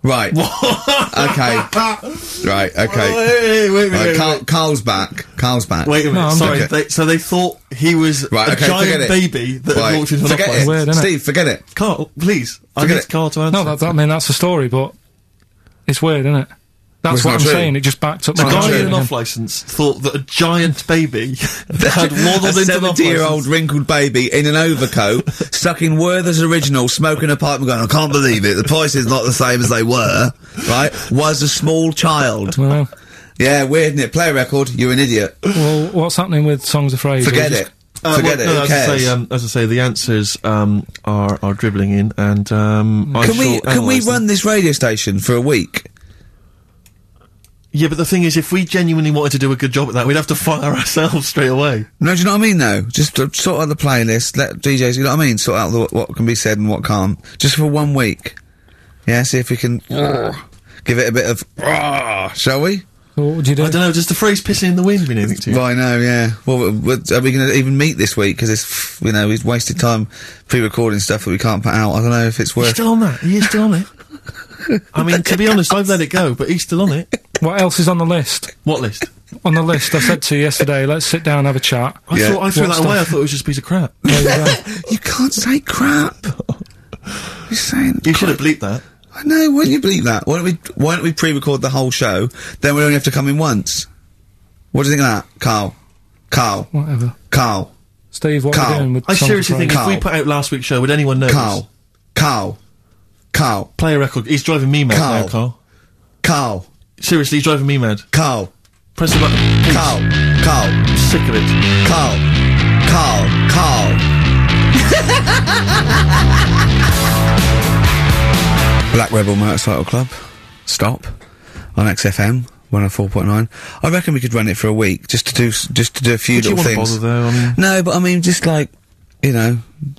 Speaker 1: Right. okay. Right. Okay.
Speaker 2: Oh, Wait, wait, wait,
Speaker 1: Right,
Speaker 2: wait,
Speaker 1: Carl, Carl's back. Carl's back.
Speaker 2: wait a minute.
Speaker 3: No, I'm
Speaker 2: Sorry.
Speaker 1: good.
Speaker 2: They, so they thought he was
Speaker 1: Right,
Speaker 2: a
Speaker 1: okay, forget
Speaker 2: giant
Speaker 1: it.
Speaker 2: baby that
Speaker 1: Right,
Speaker 2: had walked into an
Speaker 1: Forget
Speaker 2: office.
Speaker 1: it,
Speaker 3: Weird, innit?
Speaker 1: Steve. Forget it.
Speaker 2: Carl, please. I
Speaker 1: Forget
Speaker 2: need
Speaker 1: it.
Speaker 2: Carl to answer.
Speaker 3: No, that, that- I mean that's the story, but it's weird, isn't it? That's
Speaker 1: It's
Speaker 3: what
Speaker 1: not
Speaker 3: I'm
Speaker 1: true.
Speaker 3: saying. It just backed up
Speaker 2: A
Speaker 3: my
Speaker 2: guy
Speaker 1: true.
Speaker 2: in
Speaker 3: theory
Speaker 2: an
Speaker 3: again.
Speaker 2: off license thought that a giant baby had
Speaker 1: a
Speaker 2: waddled into an off
Speaker 1: seventy-year-old
Speaker 2: license.
Speaker 1: wrinkled baby in an overcoat, stuck in Werther's original, smoking a pipe, and going, "I can't believe it. The price is not the same as they were." Right? Was a small child.
Speaker 3: Well,
Speaker 1: Yeah, weird, isn't it? Play record. You're an idiot.
Speaker 3: well, what's happening with songs of phrase?
Speaker 1: Forget
Speaker 3: Just-
Speaker 1: it. Forget
Speaker 2: Uh, well,
Speaker 1: it.
Speaker 2: no,
Speaker 1: Who
Speaker 2: as, I
Speaker 1: cares?
Speaker 2: say, um, as I say, the answers um, are are dribbling in, and um, I
Speaker 1: can we
Speaker 2: shall
Speaker 1: can we
Speaker 2: analyse them.
Speaker 1: run this radio station for a week?
Speaker 2: Yeah, but the thing is, if we genuinely wanted to do a good job at that, we'd have to fire ourselves straight away.
Speaker 1: No, do you know what I mean? Though, just uh, sort out the playlist. Let DJs, you know what I mean, sort out the, what can be said and what can't, just for one week. Yeah, see if we can give it a bit of, shall we?
Speaker 3: Well, What would you do?
Speaker 2: I don't know. Does the phrase "pissing in the wind" mean anything to you?
Speaker 1: Well, I know, yeah. Well, w- w- are we going to even meet this week? Because it's, you know, we've wasted time pre-recording stuff that we can't put out. I don't know if it's
Speaker 2: He's
Speaker 1: worth.
Speaker 2: still on that. He is still on it. I mean, to be honest, I've let it go, but he's still on it.
Speaker 3: What else is on the list?
Speaker 2: What list?
Speaker 3: On the list, I said to you yesterday, let's sit down and have a chat.
Speaker 2: I
Speaker 1: Yeah.
Speaker 2: thought I threw
Speaker 3: What
Speaker 2: that away. I thought it was just a piece of crap.
Speaker 3: There you go.
Speaker 1: You can't say crap. You're saying
Speaker 2: You should have bleeped that.
Speaker 1: I know. Wouldn't you believe that? Why don't we Why don't we pre-record the whole show? Then we only have to come in once. What do you think of that, Carl? Carl.
Speaker 3: Whatever.
Speaker 1: Carl.
Speaker 3: Steve, what are
Speaker 1: Carl,
Speaker 3: we doing with
Speaker 2: I
Speaker 3: Songs of
Speaker 2: seriously think
Speaker 3: Pride?
Speaker 2: if we
Speaker 1: Carl.
Speaker 2: put out last week's show, would anyone notice?
Speaker 1: Carl. Carl. Carl.
Speaker 2: Play a record. He's driving me mad
Speaker 1: Carl.
Speaker 2: now, Carl.
Speaker 1: Carl.
Speaker 2: Seriously, he's driving me mad.
Speaker 1: Carl.
Speaker 2: Press the button. Please.
Speaker 1: Carl. Carl.
Speaker 2: Sick of it.
Speaker 1: Carl. Carl. Carl. Black Rebel Motorcycle Club. Stop. On XFM. 104.9. I reckon we could run it for a week just to do s- just to do a few
Speaker 2: Would you
Speaker 1: little
Speaker 2: wanna
Speaker 1: things.
Speaker 2: bother, though? I mean-
Speaker 1: no, but I mean just like you know,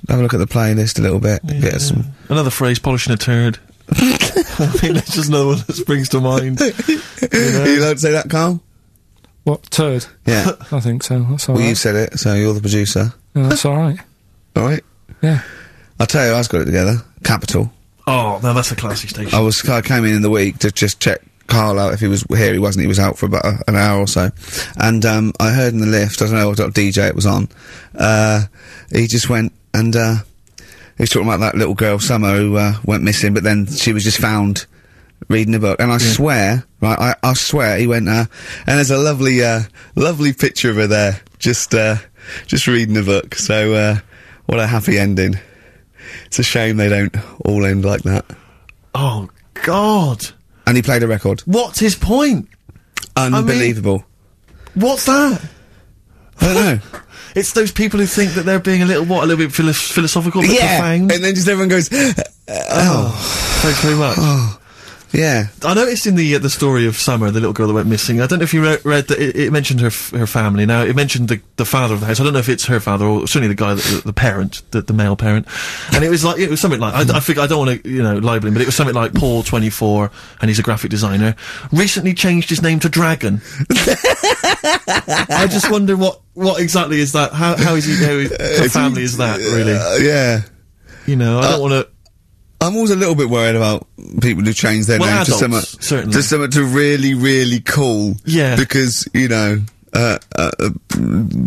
Speaker 1: have a look at the playlist a little bit. Get us some
Speaker 2: Another phrase, polishing a turd. I think that's just another one that springs to mind.
Speaker 1: you allowed to say that, Carl?
Speaker 3: What, turd?
Speaker 1: Yeah.
Speaker 3: I think so. That's all
Speaker 1: well, you
Speaker 3: right.
Speaker 1: said it, so you're the producer.
Speaker 3: Yeah, that's all right.
Speaker 1: All right.
Speaker 3: Yeah.
Speaker 1: I'll tell you, I've got it together. Capital.
Speaker 2: Oh, now that's a classy station.
Speaker 1: I was I came in in the week to just check Carl out if he was here. He wasn't. He was out for about a, an hour or so, and um, I heard in the lift. I don't know what sort of DJ it was on. Uh, he just went and uh, he was talking about that little girl Summer who uh, went missing, but then she was just found reading a book. And I swear, right? I, I swear he went. Uh, and there's a lovely, uh, lovely picture of her there, just uh, just reading a book. So uh, what a happy ending. It's a shame they don't all end like that.
Speaker 2: Oh, God.
Speaker 1: And he played a record.
Speaker 2: What's his point?
Speaker 1: Unbelievable.
Speaker 2: What's that?
Speaker 1: I, don't know.
Speaker 2: It's those people who think that they're being a little, what, a little bit philo- philosophical, but
Speaker 1: yeah.
Speaker 2: profound.
Speaker 1: And then just everyone goes,
Speaker 2: Thanks very much.
Speaker 1: Oh. yeah.
Speaker 2: I noticed in the uh, the story of Summer, the little girl that went missing. I don't know if you re- read that it, it mentioned her f- her family. Now it mentioned the the father of the house. I don't know if it's her father or certainly the guy, that, the, the parent, the, the male parent. And it was like it was something like I, I think I don't want to you know libel him, but it was something like Paul twenty four, and he's a graphic designer. Recently changed his name to Dragon. I just wonder what what exactly is that? How how is he? How is, her family is that really?
Speaker 1: Uh, yeah.
Speaker 2: You know, I don't want to.
Speaker 1: I'm always a little bit worried about people who change their
Speaker 2: Well,
Speaker 1: name
Speaker 2: adults,
Speaker 1: to something,
Speaker 2: certainly.
Speaker 1: to something to really, really cool.
Speaker 2: Yeah.
Speaker 1: Because, you know, uh, uh, uh,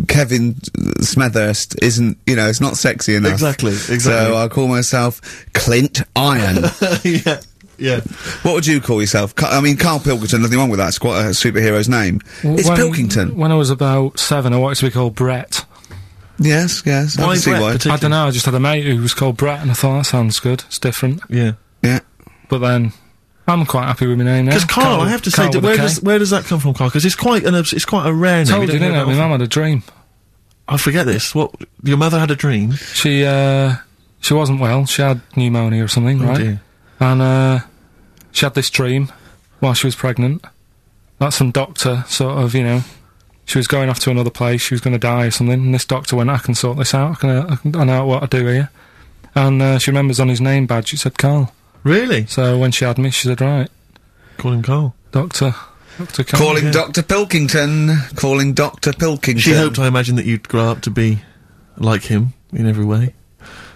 Speaker 1: Kevin Smethurst isn't, you know, it's not sexy enough.
Speaker 2: Exactly, exactly.
Speaker 1: So I call myself Clint Iron.
Speaker 2: yeah, yeah.
Speaker 1: what would you call yourself? Ca- I mean, Carl Pilkington, nothing wrong with that. It's quite a superhero's name. it's
Speaker 3: When-
Speaker 1: Pilkington.
Speaker 3: When I was about seven, I wanted to be called Brett.
Speaker 1: Yes, yes. I
Speaker 2: Why
Speaker 1: can see
Speaker 2: Brett
Speaker 1: why.
Speaker 2: particularly?
Speaker 3: I don't know. I just had a mate who was called Brett, and I thought "Oh, that sounds good. It's different.
Speaker 2: Yeah.
Speaker 1: Yeah.
Speaker 3: But then, I'm quite happy with my name now.
Speaker 2: Because Carl, I have to say,
Speaker 3: Carl
Speaker 2: d-
Speaker 3: with a
Speaker 2: where
Speaker 3: K.
Speaker 2: does where does that come from, Carl? Because it's quite an obs- it's quite a rare name.
Speaker 3: Told
Speaker 2: We
Speaker 3: you,
Speaker 2: don't
Speaker 3: didn't
Speaker 2: hear
Speaker 3: I?
Speaker 2: that
Speaker 3: My
Speaker 2: often.
Speaker 3: mum had a dream.
Speaker 2: I forget this. What your mother had a dream?
Speaker 3: She uh, she wasn't well. She had pneumonia or something, right?
Speaker 2: Oh, dear.
Speaker 3: And uh, she had this dream while she was pregnant. That some doctor sort of, you know, she was going off to another place. She was going to die or something. And this doctor went, "I can sort this out. I, can, uh, I, can, I know what I do here." And uh, she remembers on his name badge it said Carl.
Speaker 2: Really?
Speaker 3: So when she had me, she said, "Right,
Speaker 2: Call him Carl.
Speaker 3: doctor, doctor Carl."
Speaker 1: Calling Dr. Pilkington. Calling Dr. Pilkington.
Speaker 2: She hoped, I imagine, that you'd grow up to be like him in every way,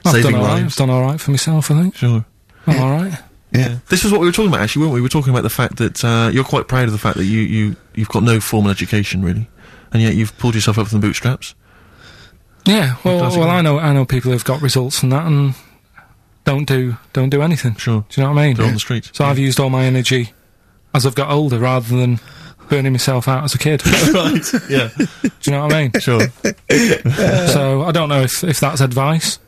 Speaker 3: I've
Speaker 2: saving
Speaker 3: done all right. I've
Speaker 2: lives.
Speaker 3: done all right for myself. I think
Speaker 2: Sure.
Speaker 3: I'm all right.
Speaker 1: Yeah.
Speaker 2: This was what we were talking about, actually, weren't we? We were talking about the fact that uh, you're quite proud of the fact that you you you've got no formal education really, and yet you've pulled yourself up from the bootstraps.
Speaker 3: Yeah, well,
Speaker 2: does it
Speaker 3: well,
Speaker 2: work?
Speaker 3: I know, I know people who've got results from that and don't do, don't do anything.
Speaker 2: Sure.
Speaker 3: Do you know what I mean?
Speaker 2: They're on the streets.
Speaker 3: So I've used all my energy as I've got older, rather than burning myself out as a kid. do
Speaker 2: right. Yeah.
Speaker 3: you know what I mean?
Speaker 2: Sure.
Speaker 3: so I don't know if, if that's advice.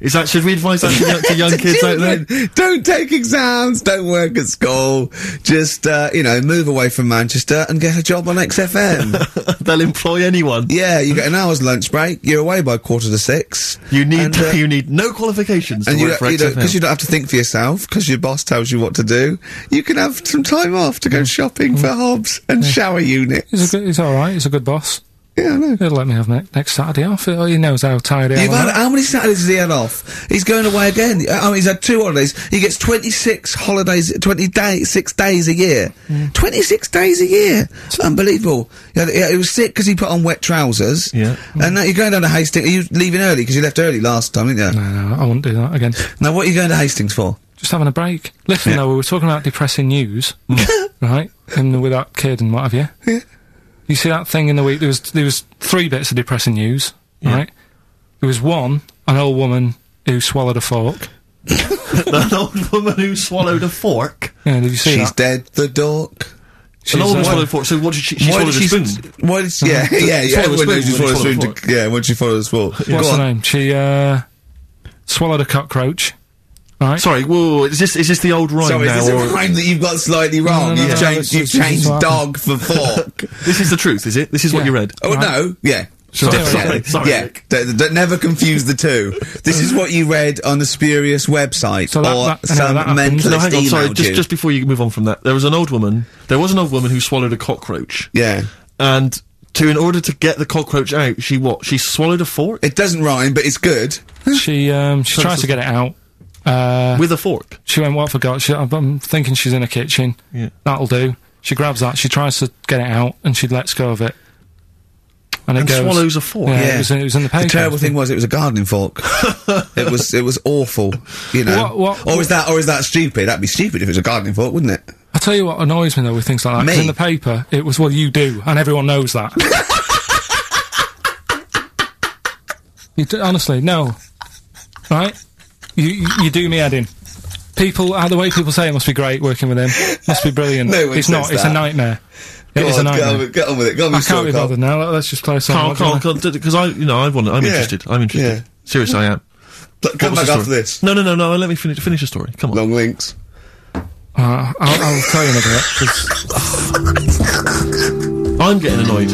Speaker 2: Is that should we advise that to young, to young kids out there?
Speaker 1: Children, don't take exams. Don't work at school. Just, uh, you know, move away from Manchester and get a job on XFM.
Speaker 2: They'll employ anyone.
Speaker 1: yeah, you get an hour's lunch break. You're away by quarter to six.
Speaker 2: You need
Speaker 1: And, uh,
Speaker 2: you need no qualifications to
Speaker 1: and you
Speaker 2: work
Speaker 1: don't,
Speaker 2: for
Speaker 1: you don't,
Speaker 2: XFM.
Speaker 1: cause you don't have to think for yourself, because your boss tells you what to do. You can have some time off to go shopping for Hobbs and shower unit.
Speaker 3: He's, a good, he's all right. He's a good boss.
Speaker 1: Yeah, I know.
Speaker 3: He'll let me have ne- next Saturday off. He he knows how tired I am.
Speaker 1: You've had, how many Saturdays has he had off? He's going away again. I mean, he's had two holidays. He gets 26 holidays, 20 day, six days a year. 26 days a year. It's unbelievable. Yeah, yeah, he was sick because he put on wet trousers.
Speaker 2: Yeah.
Speaker 1: And now you're going down to Hastings. Are you leaving early? Because you left early last time, didn't you?
Speaker 3: No, no, I won't do that again.
Speaker 1: Now, what are you going to Hastings for?
Speaker 3: Just having a break. Listen, though, we were talking about depressing news, right? And with that kid and what have you.
Speaker 1: Hmm. Yeah.
Speaker 3: You see that thing in the week? There was there was three bits of depressing news, right? There was one, an old woman who swallowed a fork,
Speaker 2: an old woman who swallowed a fork.
Speaker 3: Yeah, did you see
Speaker 1: She's
Speaker 3: that?
Speaker 1: dead, the dork.
Speaker 3: She's,
Speaker 2: an old woman
Speaker 3: uh,
Speaker 2: swallowed a fork. So what did she? She
Speaker 1: Why
Speaker 2: swallowed a
Speaker 1: did
Speaker 2: spoon.
Speaker 1: she- Why did she, yeah, yeah, yeah.
Speaker 2: Swallow a
Speaker 1: Everyone knows you
Speaker 2: spoon
Speaker 1: swallow a
Speaker 2: when you
Speaker 1: spoon.
Speaker 2: swallow a
Speaker 1: to- Yeah, once you follow the spoon.
Speaker 3: What's
Speaker 1: Go
Speaker 3: her
Speaker 1: on.
Speaker 3: name? She uh, swallowed a cockroach. Right.
Speaker 2: Sorry, whoa, whoa, is this is this the old rhyme
Speaker 1: Sorry,
Speaker 2: now?
Speaker 1: is this
Speaker 2: or
Speaker 1: a rhyme that you've got slightly wrong?
Speaker 3: no, no,
Speaker 1: you've
Speaker 3: no,
Speaker 1: changed,
Speaker 3: no,
Speaker 1: you've
Speaker 3: this is
Speaker 1: changed
Speaker 3: what
Speaker 1: dog for fork.
Speaker 2: this is the truth, is it? This is what
Speaker 3: Yeah.
Speaker 2: you read.
Speaker 1: oh,
Speaker 3: Right.
Speaker 1: no, yeah.
Speaker 3: Sorry,
Speaker 1: Definitely.
Speaker 2: sorry, sorry,
Speaker 1: yeah,
Speaker 2: Nick.
Speaker 1: d- d- d- never confuse the two. This is what you read on a spurious website
Speaker 3: So that-
Speaker 1: or
Speaker 3: that- anyway,
Speaker 1: some
Speaker 3: that happens.
Speaker 1: mentalist
Speaker 2: No, hang on, sorry,
Speaker 1: emailed
Speaker 2: just,
Speaker 1: you.
Speaker 2: just before you move on from that, there was an old woman, there was an old woman who swallowed a cockroach.
Speaker 1: yeah,
Speaker 2: And to, in order to get the cockroach out, she what? She swallowed a fork?
Speaker 1: it doesn't rhyme, but it's good.
Speaker 3: She um, she tried to get it out. Uh,
Speaker 2: With a fork.
Speaker 3: she went, what I forgot? She, I'm- I'm thinking she's in a kitchen.
Speaker 2: Yeah.
Speaker 3: That'll do. She grabs that. She tries to get it out, and she lets go of it. And it
Speaker 2: And
Speaker 3: goes,
Speaker 2: swallows a fork.
Speaker 3: Yeah,
Speaker 1: Yeah.
Speaker 3: It, was, in- it was in the paper.
Speaker 1: The terrible thing was it was a gardening fork. it was it was awful, you know.
Speaker 3: What- what-
Speaker 1: or is that or is that stupid? That'd be stupid if it was a gardening fork, wouldn't it?
Speaker 3: I tell you what annoys me though with things like that. 'cause
Speaker 1: Me?
Speaker 3: In the paper, it was well you do, and everyone knows that. you d- honestly no, right? You, you you do me head in. People, uh, the way people say it must be great working with him, must be brilliant.
Speaker 1: No one
Speaker 3: it's not.
Speaker 1: says
Speaker 3: It's
Speaker 1: that.
Speaker 3: a nightmare. It
Speaker 1: Go
Speaker 3: is
Speaker 1: on,
Speaker 3: a
Speaker 1: get, on
Speaker 3: nightmare.
Speaker 1: with, get on with it. Go on
Speaker 3: I
Speaker 1: with your
Speaker 3: can't
Speaker 1: story,
Speaker 3: be
Speaker 1: Carl.
Speaker 3: bothered now. Let's just play a song.
Speaker 2: Carl,
Speaker 3: What do you
Speaker 2: Carl,
Speaker 3: wanna-
Speaker 2: Carl, because I, you know, I want, I'm
Speaker 1: Yeah.
Speaker 2: interested. I'm interested.
Speaker 1: Yeah.
Speaker 2: Seriously, I am.
Speaker 1: Look, Come
Speaker 2: What was
Speaker 1: back
Speaker 2: the
Speaker 1: after
Speaker 2: story?
Speaker 1: this.
Speaker 2: No, no, no, no. Let me finish finish the story. Come on.
Speaker 1: Long links.
Speaker 3: Uh, I'll, I'll tell you in a bit. 'cause-
Speaker 2: I'm getting annoyed.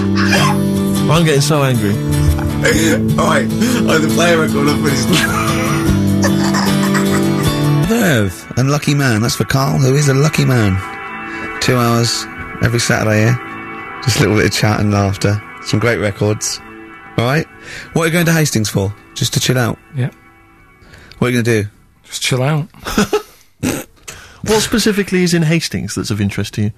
Speaker 2: I'm getting so angry.
Speaker 1: All right, oh, the player record up with his. Verve and Lucky Man. That's for Carl, who is a lucky man. Two hours every Saturday here. Just a little bit of chat and laughter. Some great records. All right. What are you going to Hastings for? Just to chill out.
Speaker 3: yeah,
Speaker 1: What are you going to do?
Speaker 3: just chill out.
Speaker 2: What specifically is in Hastings that's of interest to you?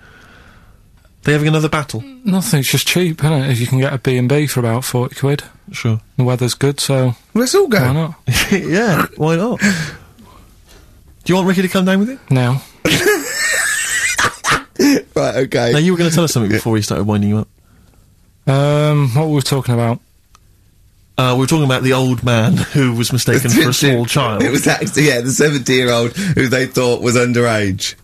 Speaker 2: They having another battle?
Speaker 3: Nothing. It's just cheap, isn't it? If you can get a B and B for about forty quid,
Speaker 2: Sure.
Speaker 3: the weather's good, so
Speaker 1: Let's all
Speaker 3: why
Speaker 1: go.
Speaker 3: not?
Speaker 2: yeah. Why not? Do you want Ricky to come down with you?
Speaker 3: Now.
Speaker 1: Right.
Speaker 2: Now
Speaker 1: Okay.
Speaker 2: you were going to tell us something before we started winding you up.
Speaker 3: Um, what were we talking about?
Speaker 2: Uh, we were talking about the old man who was mistaken for a small child.
Speaker 1: It was actually yeah, the seventy-year-old who they thought was underage.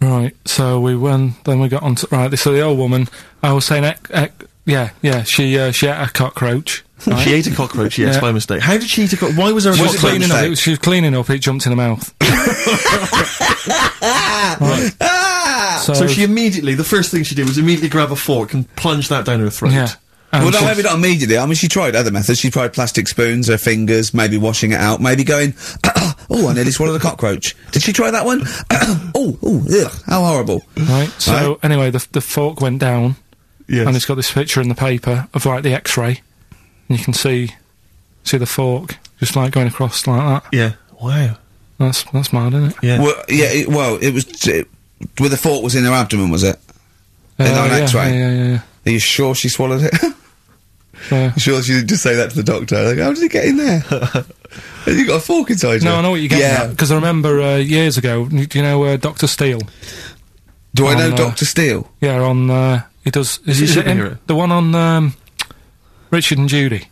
Speaker 3: Right, so we went, then we got on to, right, so the old woman, I was saying, ec- ec- yeah, yeah, she, uh, she ate a cockroach. Right?
Speaker 2: She ate a cockroach. Yes,
Speaker 3: Yeah.
Speaker 2: by mistake. How did she eat a cockroach? Why was there a
Speaker 3: She was
Speaker 1: it
Speaker 2: cockroach?
Speaker 3: cleaning up,
Speaker 1: mistake?
Speaker 3: it was- she was cleaning up, it jumped in her mouth. Right,
Speaker 1: Ah!
Speaker 3: so,
Speaker 2: So she immediately, the first thing she did was immediately grab a fork and plunge that down her throat.
Speaker 3: yeah. and
Speaker 1: well, no,
Speaker 3: she-
Speaker 1: maybe not immediately. I mean, she tried other methods. She tried plastic spoons, her fingers, maybe washing it out, maybe going, oh, I nearly swallowed a cockroach. Did she try that one? oh, oh, ugh, how horrible.
Speaker 3: Right, so anyway, the, the fork went down,
Speaker 2: Yes.
Speaker 3: and it's got this picture in the paper of, like, the x-ray, and you can see, see the fork, just, like, going across like that.
Speaker 2: yeah. Wow.
Speaker 3: That's, that's mad, isn't it?
Speaker 2: Yeah.
Speaker 1: Well, yeah, it, well, it was, it, where the fork was in her abdomen, was it? And on
Speaker 3: Uh, yeah,
Speaker 1: X-ray.
Speaker 3: Yeah, yeah, yeah.
Speaker 1: Are you sure she swallowed it?
Speaker 3: yeah.
Speaker 1: sure she didn't just say that to the doctor. Like, how did it get in there? you got a fork inside you.
Speaker 3: No, I know what you're getting
Speaker 1: yeah.
Speaker 3: Because I remember uh, years ago, n- do you know uh, Doctor Steele?
Speaker 1: Do I know
Speaker 3: Oh, no.
Speaker 1: Dr. Steele?
Speaker 3: Yeah, on uh, he does. Is,
Speaker 2: he
Speaker 3: it him?
Speaker 2: superhero?
Speaker 3: The one on um, Richard and Judy.